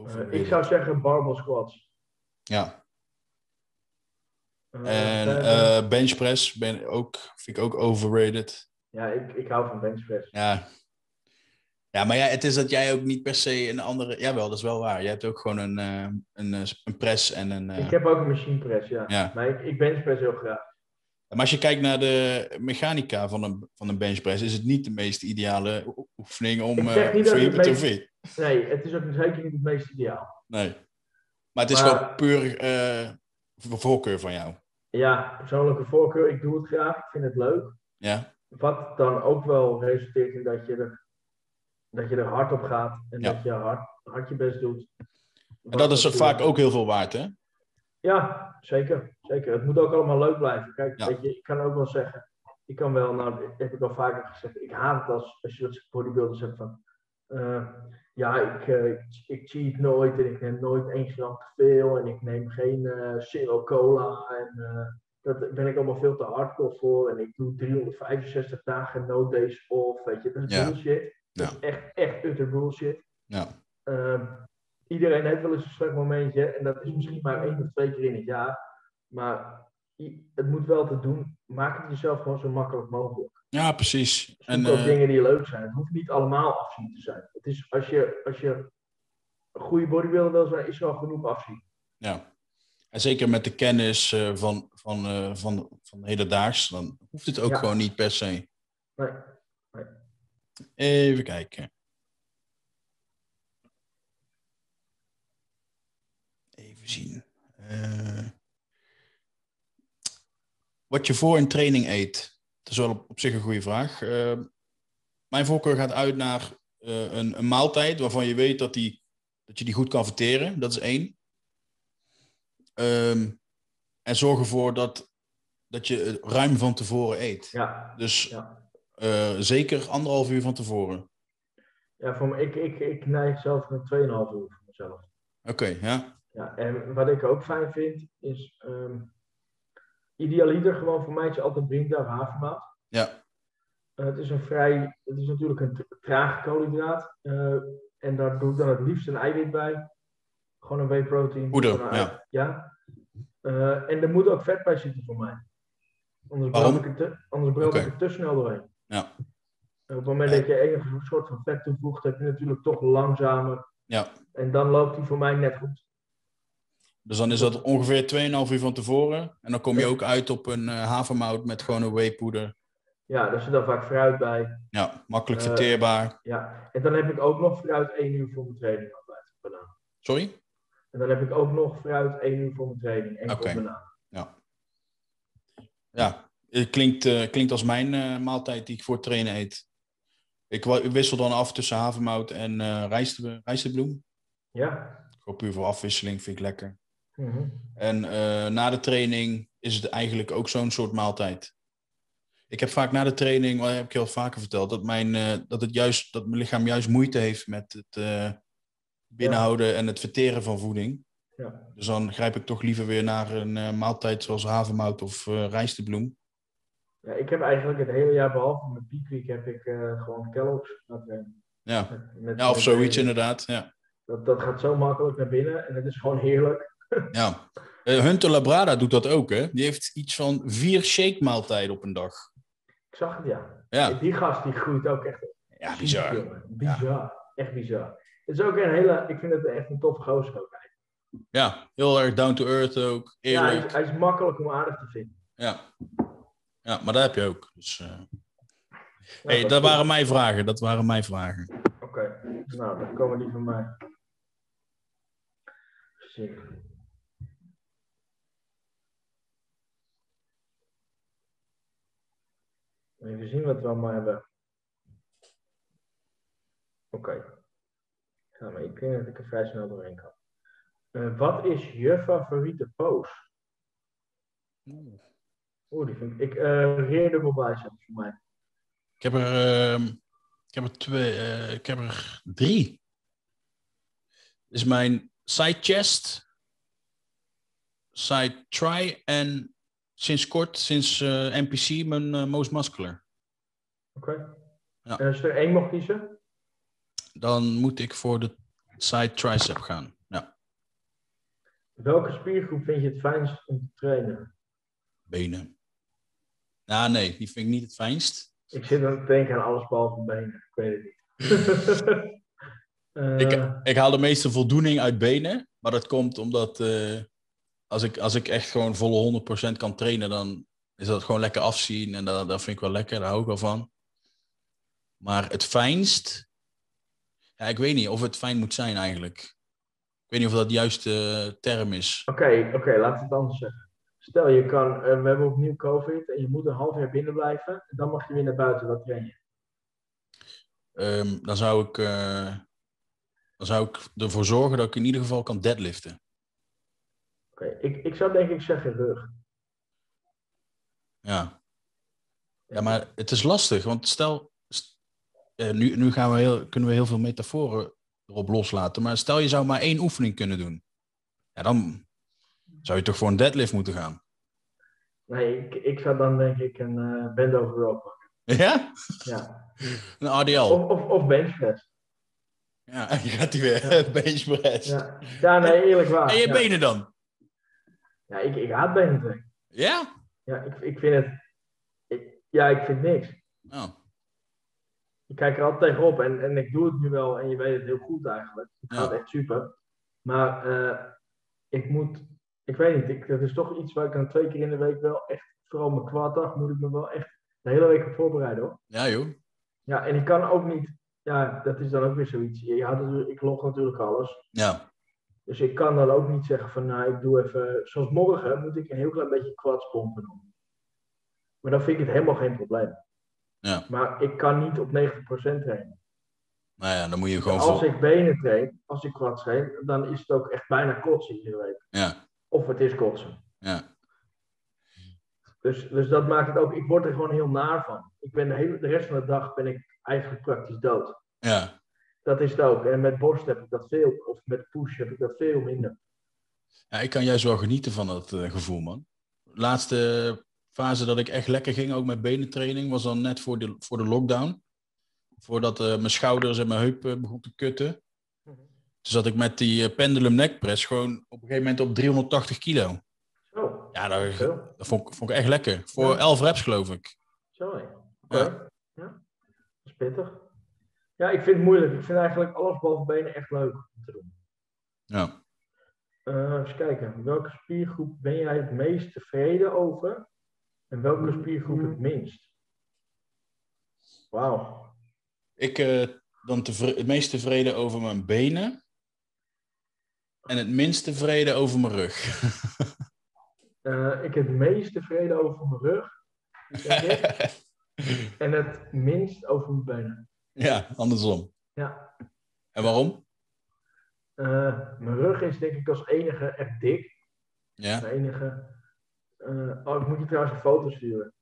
Eh, ik zou zeggen barbell squats. Ja, Eh, en verder- eh bench press ben ook, vind ik ook overrated. ja, ik, ik hou van bench press. Ja. ja, maar ja, het is dat jij ook niet per se een andere... Jawel, dat is wel waar. Je hebt ook gewoon een, eh, een, eh, een press en een... eh, Ik heb ook een machine press, ja. Ja. Maar ik, ik bench press heel graag. Maar als je kijkt naar de mechanica van een, van een benchpress, is het niet de meest ideale o- oefening om Ik eh zeg niet dat voor het meest- hypertrofie. Nee, het is ook zeker niet het meest ideaal. Nee. Maar het is Maar- gewoon puur eh, voor- voorkeur van jou. Ja, persoonlijke voorkeur. Ik doe het graag. Ik vind het leuk. Ja, Wat dan ook wel resulteert in dat je er, dat je er hard op gaat. En Ja. dat je hard, hard je best doet. en dat is er Wat vaak natuurlijk- ook heel veel waard, hè? Ja, zeker, zeker. Het moet ook allemaal leuk blijven. Kijk, Ja. weet je, ik kan ook wel zeggen, ik kan wel, nou, dat heb ik al vaker gezegd, ik haat het als, als je dat soort bodybuilders hebt van, eh, ja, ik, eh, ik, ik cheat nooit en ik neem nooit één gram te veel en ik neem geen eh zero cola en eh, dat daar ben ik allemaal veel te hardcore voor en ik doe 365 dagen no days off, weet je, dat is Ja. bullshit. Dat Ja. is echt, echt utter bullshit. Ja, Ehm, iedereen heeft wel eens een slecht momentje. En dat is misschien maar één of twee keer in het jaar. Maar i- het moet wel te doen. Maak het jezelf gewoon zo makkelijk mogelijk. ja precies. Zoek En, ook eh, dingen die leuk zijn. Het hoeft niet allemaal afzien te zijn. Het is, als, je, als je een goede bodybuilder wil zijn, is er al genoeg afzien. ja. en zeker met de kennis eh, van, van, eh, van, van hedendaags, dan hoeft het ook Ja. gewoon niet per se. Nee. Even kijken. Even zien. Eh, wat je voor een training eet. Dat is wel op, op zich een goede vraag. Eh, mijn voorkeur gaat uit naar eh, een, een maaltijd waarvan je weet dat, die, dat je die goed kan verteren. Dat is één. Ehm, en zorg ervoor dat, dat je eh, ruim van tevoren eet. Ja, Dus Ja. eh, zeker anderhalf uur van tevoren. ja voor me, ik, ik, ik neig zelf met 2,5 uur voor mezelf. Oké, ja. Ja, en wat ik ook fijn vind, is ehm idealiter gewoon voor mij is altijd brinda of havermout. Ja, Eh, het is een vrij, het is natuurlijk een tra- traag koolhydraat. eh, en daar doe ik dan het liefst een eiwit bij. Gewoon een whey protein. Poeder, Gewoon een ja. ei- ja. Eh, en er moet ook vet bij zitten voor mij. Anders brand Waarom? ik het te, anders brand Oké. ik er te snel doorheen. Ja. En op het moment dat je enige soort van vet toevoegt, heb je natuurlijk toch langzamer. Ja. En dan loopt die voor mij net goed. dus dan is dat ongeveer 2,5 uur van tevoren. En dan kom je ook uit op een eh havermout met gewoon een wheypoeder. Ja, daar zit dan vaak fruit bij. Ja, makkelijk Eh. verteerbaar. Ja. En dan heb ik ook nog fruit één uur voor mijn training altijd. Banaan. Sorry? En dan heb ik ook nog fruit één uur voor mijn training. Enkel Oké. banaan. Ja, het klinkt, eh, klinkt als mijn eh, maaltijd die ik voor trainen eet. Ik wa- wissel dan af tussen havermout en eh rijste- rijstebloem. Ja. Gewoon puur voor afwisseling, vind ik lekker. Mhm. En eh, na de training is het eigenlijk ook zo'n soort maaltijd. Ik heb vaak na de training, oh, dat heb ik je al vaker verteld, dat mijn, eh, dat het juist, dat mijn lichaam juist moeite heeft met het eh, binnenhouden en het verteren van voeding. Ja. Dus dan grijp ik toch liever weer naar een eh, maaltijd zoals havermout of eh rijstebloem. ja. Ik heb eigenlijk het hele jaar, behalve mijn piekweek, heb ik eh, gewoon Kellogg's. gehad, eh, Ja. met- met- ja, of met- zoiets inderdaad. Ja. Dat, dat gaat zo makkelijk naar binnen en het is gewoon heerlijk. Ja. Eh, Hunter Labrada doet dat ook, hè? Die heeft iets van vier shake maaltijden op een dag. Ik zag het, ja. Ja, Die gast die groeit ook echt. ja ziek, bizar. jongen. Bizar. Echt bizar. Het is ook een hele, ik vind het echt een toffe gozer ook. Ja, heel erg down to earth ook. Ja, Eerlijk. hij, is, hij is makkelijk om aardig te vinden. Ja. ja, maar dat heb je ook. Dus, eh, Nou, hey, dat is goed. waren mijn vragen. Dat waren mijn vragen. Oké, nou, dan komen die van mij. Zie. Even zien wat we allemaal hebben. Oké. Ja, maar ik denk dat ik er vrij snel doorheen kan. Eh, wat is je favoriete pose? Oeh, die vind ik... ik eh reardubbel biceps voor mij. Ik heb er, ehm, ik heb er twee, eh, ik heb er drie. Dit is mijn side chest, side try en sinds kort, sinds eh, NPC, mijn eh, most muscular. Oké. Ja. En als je er één mag kiezen? Dan moet ik voor de side tricep gaan. Ja, Welke spiergroep vind je het fijnst om te trainen? benen. Nou, nee, die vind ik niet het fijnst. Ik zit aan het denken aan alles behalve benen. Ik weet het niet. Eh, Ik, ik haal de meeste voldoening uit benen. Maar dat komt omdat eh, als, ik, als ik echt gewoon volle 100% kan trainen, dan is dat gewoon lekker afzien. En dat, dat vind ik wel lekker, daar hou ik wel van. Maar het fijnst. Ja, ik weet niet of het fijn moet zijn eigenlijk. Ik weet niet of dat de juiste term is. Oké, oké, laat het anders zeggen. Stel, je kan, eh, we hebben opnieuw COVID en je moet een half jaar binnen blijven. Dan mag je weer naar buiten. Wat train je? Ehm, dan, zou ik, eh, dan zou ik ervoor zorgen dat ik in ieder geval kan deadliften. Oké, ik, ik zou denk ik zeggen rug. Ja. ja, maar het is lastig, want stel, st- eh, nu, nu gaan we heel, kunnen we heel veel metaforen erop loslaten, maar stel je zou maar één oefening kunnen doen. Ja, dan zou je toch voor een deadlift moeten gaan. Nee, ik, ik zou dan denk ik een eh bend over row pakken. Ja? Ja. Een RDL. Of, of, of bench press. Ja, en je gaat die weer. Bench press. Ja. ja, nee, eerlijk waar. En je ja. benen dan? Ja, ik, ik haat benen trainen. Ja? Ja, ik, ik vind het... ik- ja, ik vind niks. Nou, Ik kijk er altijd tegenop en, en ik doe het nu wel en je weet het heel goed eigenlijk. Het Ja. gaat echt super. Maar eh, ik moet, ik weet niet, ik, dat is toch iets waar ik dan twee keer in de week wel echt, vooral mijn kwartdag, moet ik me wel echt de hele week op voorbereiden hoor. ja joh. Ja, en ik kan ook niet, ja, dat is dan ook weer zoiets. Je had natuurlijk- ik log natuurlijk alles. Ja. Dus ik kan dan ook niet zeggen van, nou, ik doe even, zoals morgen moet ik een heel klein beetje kwartspompen doen. Maar dan vind ik het helemaal geen probleem. Ja. Maar ik kan niet op 90% trainen. Nou ja, dan moet je gewoon Als voor... ik benen train, als ik quad train, dan is het ook echt bijna kotsen iedere week. Ja, Of het is kotsen. ja. Dus, dus dat maakt het ook, ik word er gewoon heel naar van. Ik ben de, hele, de rest van de dag ben ik eigenlijk praktisch dood. Ja. Dat is het ook. En met borst heb ik dat veel, of met push heb ik dat veel minder. Ja, ik kan juist wel genieten van dat eh, gevoel, man. Laatste fase dat ik echt lekker ging, ook met benentraining, was dan net voor de, voor de lockdown. Voordat eh, mijn schouders en mijn heupen begon te kutten. Toen zat ik met die eh, pendulum neck press gewoon op een gegeven moment op 380 kilo. Zo, Ja, dat, zo, dat vond, ik- vond ik echt lekker. Voor Ja. 11 reps, geloof ik. zo. hè. Oké. Ja. Ja. dat is pittig. Ja, ik vind het moeilijk. Ik vind eigenlijk alles boven benen echt leuk om te doen. Ja. Eh, eens kijken, welke spiergroep ben jij het meest tevreden over en welke spiergroep het minst? Wauw. Ik eh, dan tevre- het meest tevreden over mijn benen. En het minst tevreden over mijn rug. Eh, ik het meest tevreden over mijn rug denk ik, en het minst over mijn benen. ja, andersom. Ja. En waarom? Eh, mijn rug is denk ik als enige echt dik. Ja. De enige. eh, oh, ik moet je trouwens een foto sturen.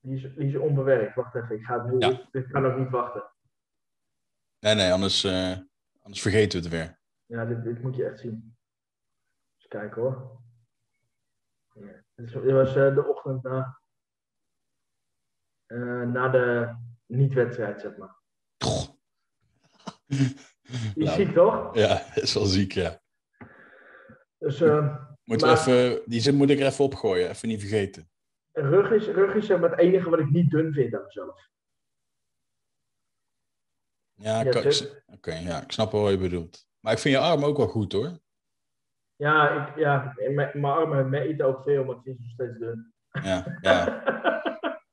Die is, die is onbewerkt. Wacht even, ik ga het nu. Ja. Dit, dit kan ook niet wachten. Nee, nee, anders, eh, anders vergeten we het weer. Ja, dit, dit moet je echt zien. Eens kijken hoor. Ja. Dit, is- dit was eh, de ochtend na, eh, na de niet-wedstrijd, zeg maar. Toch. Je Nou, ziet toch? ja, dat is wel ziek, ja. Dus eh, Moeten Maar- we even, die zin moet ik er even opgooien, even niet vergeten. rug is, rug is zeg maar, het enige wat ik niet dun vind aan mezelf. Ja, Ja, ik- ik dit- sn- Oké, ja, ik snap wel wat je bedoelt. Maar ik vind je arm ook wel goed, hoor. Ja, ik, ja en mijn mijn armen meten ook veel, maar ik vind ze nog steeds dun. Ja, ja.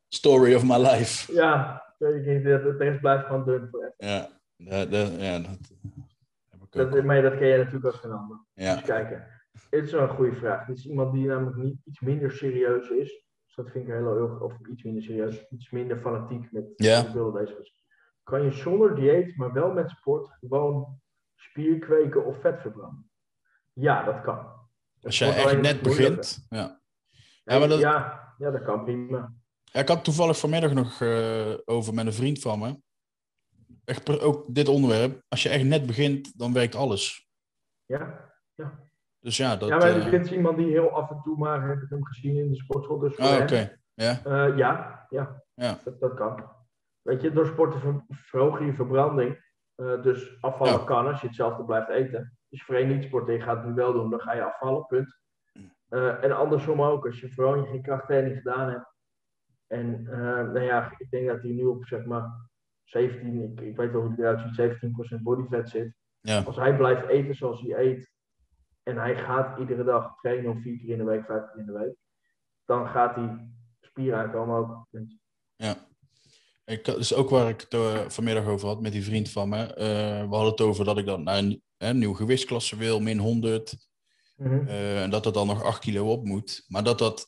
Story of my life. ja, weet ik niet. De, de rest blijft gewoon dun. voor echt. Ja, dat, dat- ja, dat heb ik ook. Dat, maar dat ken jij natuurlijk als geen ander. Ja, Eens kijken. Dit is wel een goede vraag. Dit is iemand die namelijk niet, iets minder serieus is. Dus dat vind ik heel erg, of iets minder serieus, iets minder fanatiek met Ja. de beelden bezig is. Kan je zonder dieet, maar wel met sport, gewoon spier kweken of vet verbranden? Ja, dat kan. als jij echt net begint. Ja. Ja, Ja, maar dat- ja, ja, dat kan prima. Ja, ik had toevallig vanmiddag nog eh, over met een vriend van me. Echt per- ook dit onderwerp. Als je echt net begint, dan werkt alles. Ja, Dus ja, dat... ja maar eh, dit is iemand die heel af en toe maar, heb ik hem gezien in de sportschool. Dus voor ah, hem, oké. Ja, eh, ja, ja. Ja. Dat, dat kan. Weet je, door sporten ver- verhoog je je verbranding. Eh, dus afvallen Ja. kan als je hetzelfde blijft eten. Dus je voorheen niet sporten en je gaat het nu wel doen, dan ga je afvallen, punt. Eh, en andersom ook, als je vooral geen krachttraining gedaan hebt. En eh, nou ja, ik denk dat hij nu op zeg maar 17, ik, ik weet wel hoe hij eruit ziet, 17% body fat zit. Ja. Als hij blijft eten zoals hij eet en hij gaat iedere dag trainen of vier keer in de week, vijf keer in de week, dan gaat die spier aankomen ook. punt. Ik, dat is ook waar ik het eh, vanmiddag over had met die vriend van me. Eh, we hadden het over dat ik dan naar een hè, nieuwe gewichtsklasse wil, min 100. Mhm. eh, en dat dat dan nog 8 kilo op moet. Maar dat dat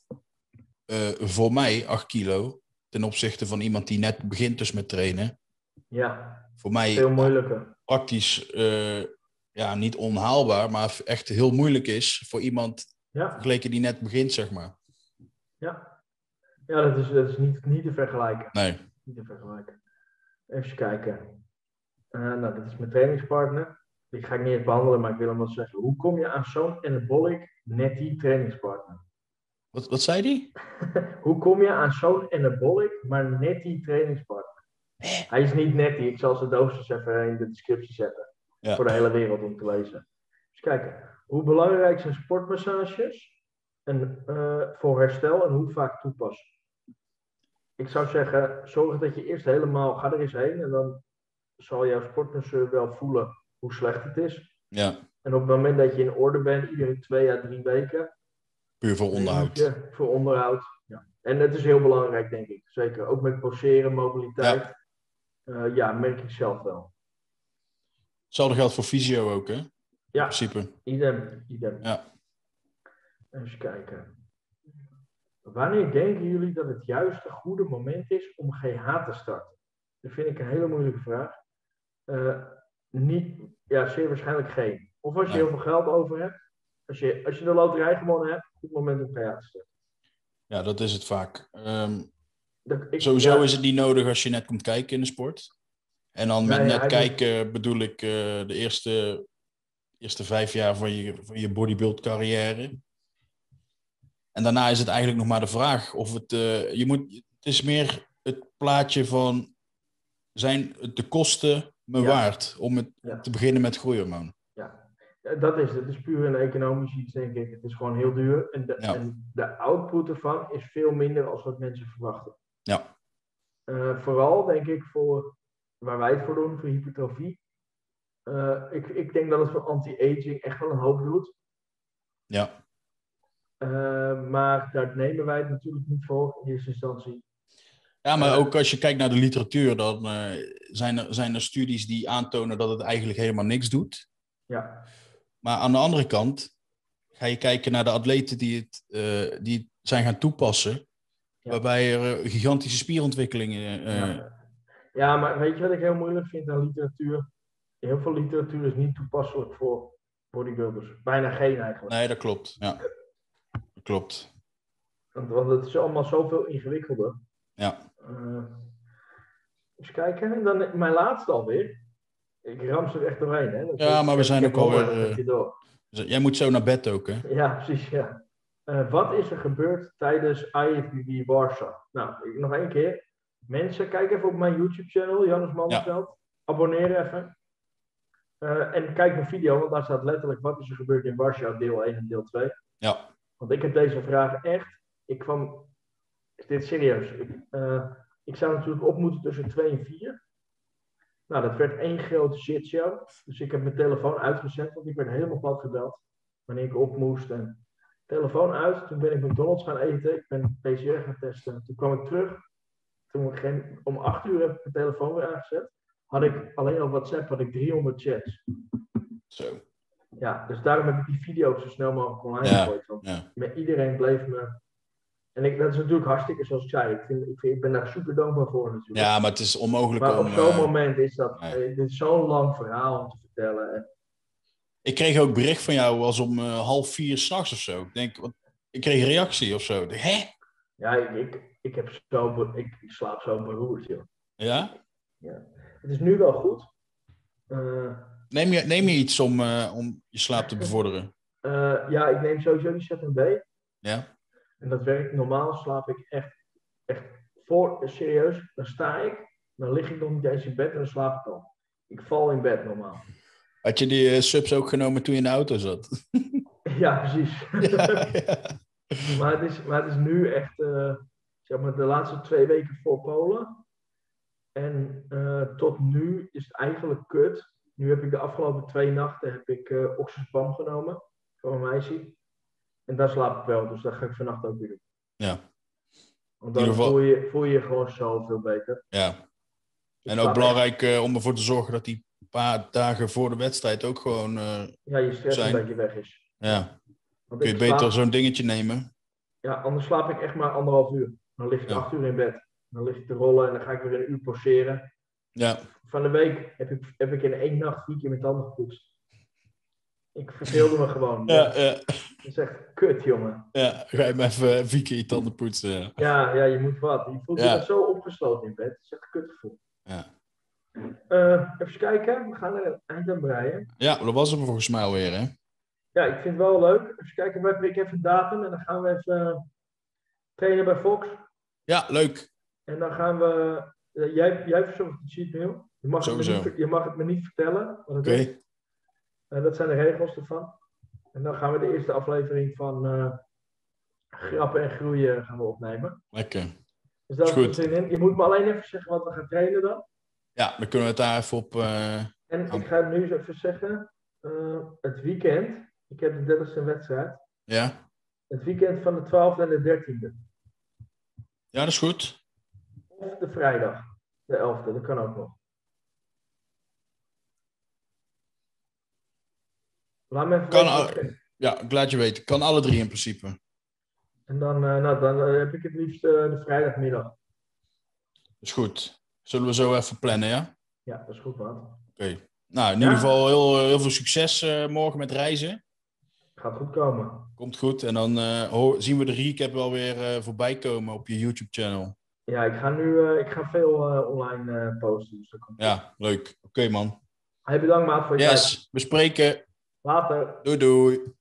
eh, voor mij 8 kilo ten opzichte van iemand die net begint dus met trainen. Ja, Voor mij veel moeilijker. praktisch eh, ja, niet onhaalbaar, maar echt heel moeilijk is voor iemand Ja, vergeleken die net begint, zeg maar. ja dat is, dat is niet, niet te vergelijken. Nee, Niet te vergelijken. Even kijken. Eh, nou, dat is mijn trainingspartner. Die ga ik niet eens behandelen, maar ik wil hem wel zeggen. Hoe kom je aan zo'n anabolic netty trainingspartner? wat, wat zei die? Hoe kom je aan zo'n anabolic, maar netty trainingspartner? Hij is niet netty. Ik zal zijn doosjes even in de descriptie zetten. Ja. Voor de hele wereld om te lezen. Dus kijken. Hoe belangrijk zijn sportmassages en, eh, voor herstel en hoe vaak toepassen? Ik zou zeggen, zorg dat je eerst helemaal, ga er eens heen en dan zal jouw sportmasseur wel voelen hoe slecht het is. Ja, En op het moment dat je in orde bent, iedere twee à drie weken, puur voor onderhoud. ja, voor onderhoud. Ja. En het is heel belangrijk, denk ik. Zeker. Ook met poseren, mobiliteit. Ja, ja merk ik zelf wel. Hetzelfde geldt voor fysio ook, hè? In Ja, principe. idem. idem. Ja. Eens kijken. Wanneer denken jullie dat het juiste goede moment is om GH te starten? Dat vind ik een hele moeilijke vraag. Eh, niet, ja, zeer waarschijnlijk geen. Of als je Nee. heel veel geld over hebt. Als je, als je de loterij gewonnen hebt, goed moment om GH te starten. Ja, dat is het vaak. Ehm, Dat- ik- Sowieso ja. is het niet nodig als je net komt kijken in de sport. En dan met Nee, hij net doet- kijken bedoel ik eh, de eerste, eerste vijf jaar van je, van je bodybuild carrière. En daarna is het eigenlijk nog maar de vraag of het... eh, je moet, het is meer het plaatje van... Zijn het de kosten me Ja. waard om het, Ja. te beginnen met groeihormoon? Ja, Eh, Dat is het. Het is puur een economisch iets, denk ik. Het is gewoon heel duur. En de, Ja. en de output ervan is veel minder dan wat mensen verwachten. Ja. Eh, vooral, denk ik, voor waar wij het voor doen, voor hypertrofie. Eh, ik, ik denk dat het voor anti-aging echt wel een hoop doet. Ja. Eh, maar daar nemen wij het natuurlijk niet voor in eerste instantie. Ja, maar Ja. ook als je kijkt naar de literatuur, dan eh, zijn, er, zijn er studies die aantonen dat het eigenlijk helemaal niks doet. Ja, Maar aan de andere kant ga je kijken naar de atleten die het, eh, die het zijn gaan toepassen. Ja. Waarbij er eh, gigantische spierontwikkelingen. eh, ja. ja, maar weet je wat ik heel moeilijk vind aan literatuur? Heel veel literatuur is niet toepasselijk voor bodybuilders. Bijna geen eigenlijk. Nee, dat klopt. Ja. Dat klopt. Want, want het is allemaal zoveel ingewikkelder. Ja. Eh, eens kijken. En dan mijn laatste alweer. Ik ram ze er echt doorheen. Hè? Dat Ja, is- maar we ik zijn heb ook alweer, honger, dat eh, heb je door. Dus Jij moet zo naar bed ook, hè? Ja, precies. Ja. Eh, wat is er gebeurd tijdens IFBB Warsaw? Nou, ik- nog één keer. Mensen, kijk even op mijn YouTube-channel, Janus Mannenveld. Abonneer even. Eh, en kijk mijn video, want daar staat letterlijk wat is er gebeurd in Warschau, deel 1 en deel 2. Ja. Want ik heb deze vraag echt. Ik kwam. Is dit serieus? Ik, eh, ik zou natuurlijk op moeten tussen 2 en 4. Nou, dat werd één grote shitshow. Dus ik heb mijn telefoon uitgezet, want ik werd helemaal plat gebeld. Wanneer ik op moest. En telefoon uit. Toen ben ik McDonald's gaan eten. Ik ben PCR gaan testen. Toen kwam ik terug. Toen ik geen, om 8 uur heb ik mijn telefoon weer aangezet. Had ik alleen op WhatsApp had ik 300 chats. Zo. Ja, dus daarom heb ik die video zo snel mogelijk online Ja. gegooid. want Ja. met iedereen bleef me. En ik, dat is natuurlijk hartstikke, zoals ik zei. Ik, vind, ik, vind- ik ben daar super dankbaar voor natuurlijk. ja, maar het is onmogelijk maar om. op zo'n eh, moment is dat nee. eh, dit is zo'n lang verhaal om te vertellen. En, ik kreeg ook bericht van jou was om eh, half vier s'nachts of zo. Ik denk, wat, ik kreeg een reactie of zo. Ik denk, Hè? ja, ik, ik, ik, heb zo be- ik, ik slaap zo beroerd, joh. Ja? Het is nu wel goed. Eh, Neem je, neem je iets om, eh, om je slaap te bevorderen? eh, ja, ik neem sowieso die ZMB. Ja? En dat werkt. Normaal slaap ik echt, echt voor, serieus, dan sta ik, dan lig ik nog niet eens in bed en dan slaap ik al. Ik val in bed normaal. Had je die eh, subs ook genomen toen je in de auto zat? Ja, precies. ja, ja. Maar het is, maar het is nu echt, eh, zeg maar, de laatste twee weken voor Polen. En eh, tot nu is het eigenlijk kut. Nu heb ik de afgelopen twee nachten heb ik eh oxyspam genomen van mijn meisje. En daar slaap ik wel, dus dat ga ik vannacht ook weer doen. Ja. Want dan In ieder geval- voel je, voel je je gewoon zoveel beter. ja. Ik En slaap ook echt- belangrijk eh, om ervoor te zorgen dat die paar dagen voor de wedstrijd ook gewoon... eh, Ja, je stress zijn. een beetje weg is. ja, Want kun je ik beter slaap- zo'n dingetje nemen. Ja, anders slaap ik echt maar anderhalf uur. Dan lig ik Ja. acht uur in bed. Dan lig ik te rollen en dan ga ik weer een uur poseren. Ja, van de week heb ik, heb ik in één nacht vier keer mijn tanden gepoetst. Ik verveelde me gewoon. ja, ja, Dat is echt kut, jongen. ja. ga je maar even eh, vier keer je tanden poetsen. ja. Ja, ja je moet wat. Je voelt je Ja. dan zo opgesloten in bed. Dat is echt een kutgevoel. Ja. Eh, even kijken. We gaan er een eind aan breien. Ja, dat was hem volgens mij alweer, hè? Ja, ik vind het wel leuk. Even kijken. We ik even een datum en dan gaan we even eh, trainen bij Fox. Ja, leuk. En dan gaan we... eh, jij, jij verzorgt de cheatmeal. Je mag, het me Sowieso. niet, ver- je mag het me niet vertellen. Wat het Oké. is. En Eh, dat zijn de regels ervan. En dan gaan we de eerste aflevering van eh, Grappen en Groeien gaan we opnemen. Lekker. Dus daar Is heb ik goed. zin in. Je moet me alleen even zeggen wat we gaan trainen dan. Ja, dan kunnen we het daar even op... eh, En Oh. ik ga nu eens even zeggen, eh, het weekend, ik heb de 30e wedstrijd, ja? het weekend van de 12e en de 13e. ja, dat is goed. Of de vrijdag, de 11e, dat kan ook nog. Laat me even Kan weten. ook. Ja, ik laat je weten. Kan alle drie in principe. En dan, eh, nou, dan eh, heb ik het liefst eh, de vrijdagmiddag. is goed. Zullen we zo even plannen, ja? Ja, dat is goed, man. Nou, in Ja. ieder geval heel, eh, heel veel succes eh, morgen met reizen. Gaat goed komen. Komt goed. En dan eh, ho- zien we de recap wel weer eh, voorbij komen op je YouTube-channel. Ja, ik ga nu eh, ik ga veel eh, online eh, posten. Dus dat komt. Ja, leuk. Oké, man. Hey, bedankt maat voor je tijd. Yes, we spreken. Later. Doei, doei.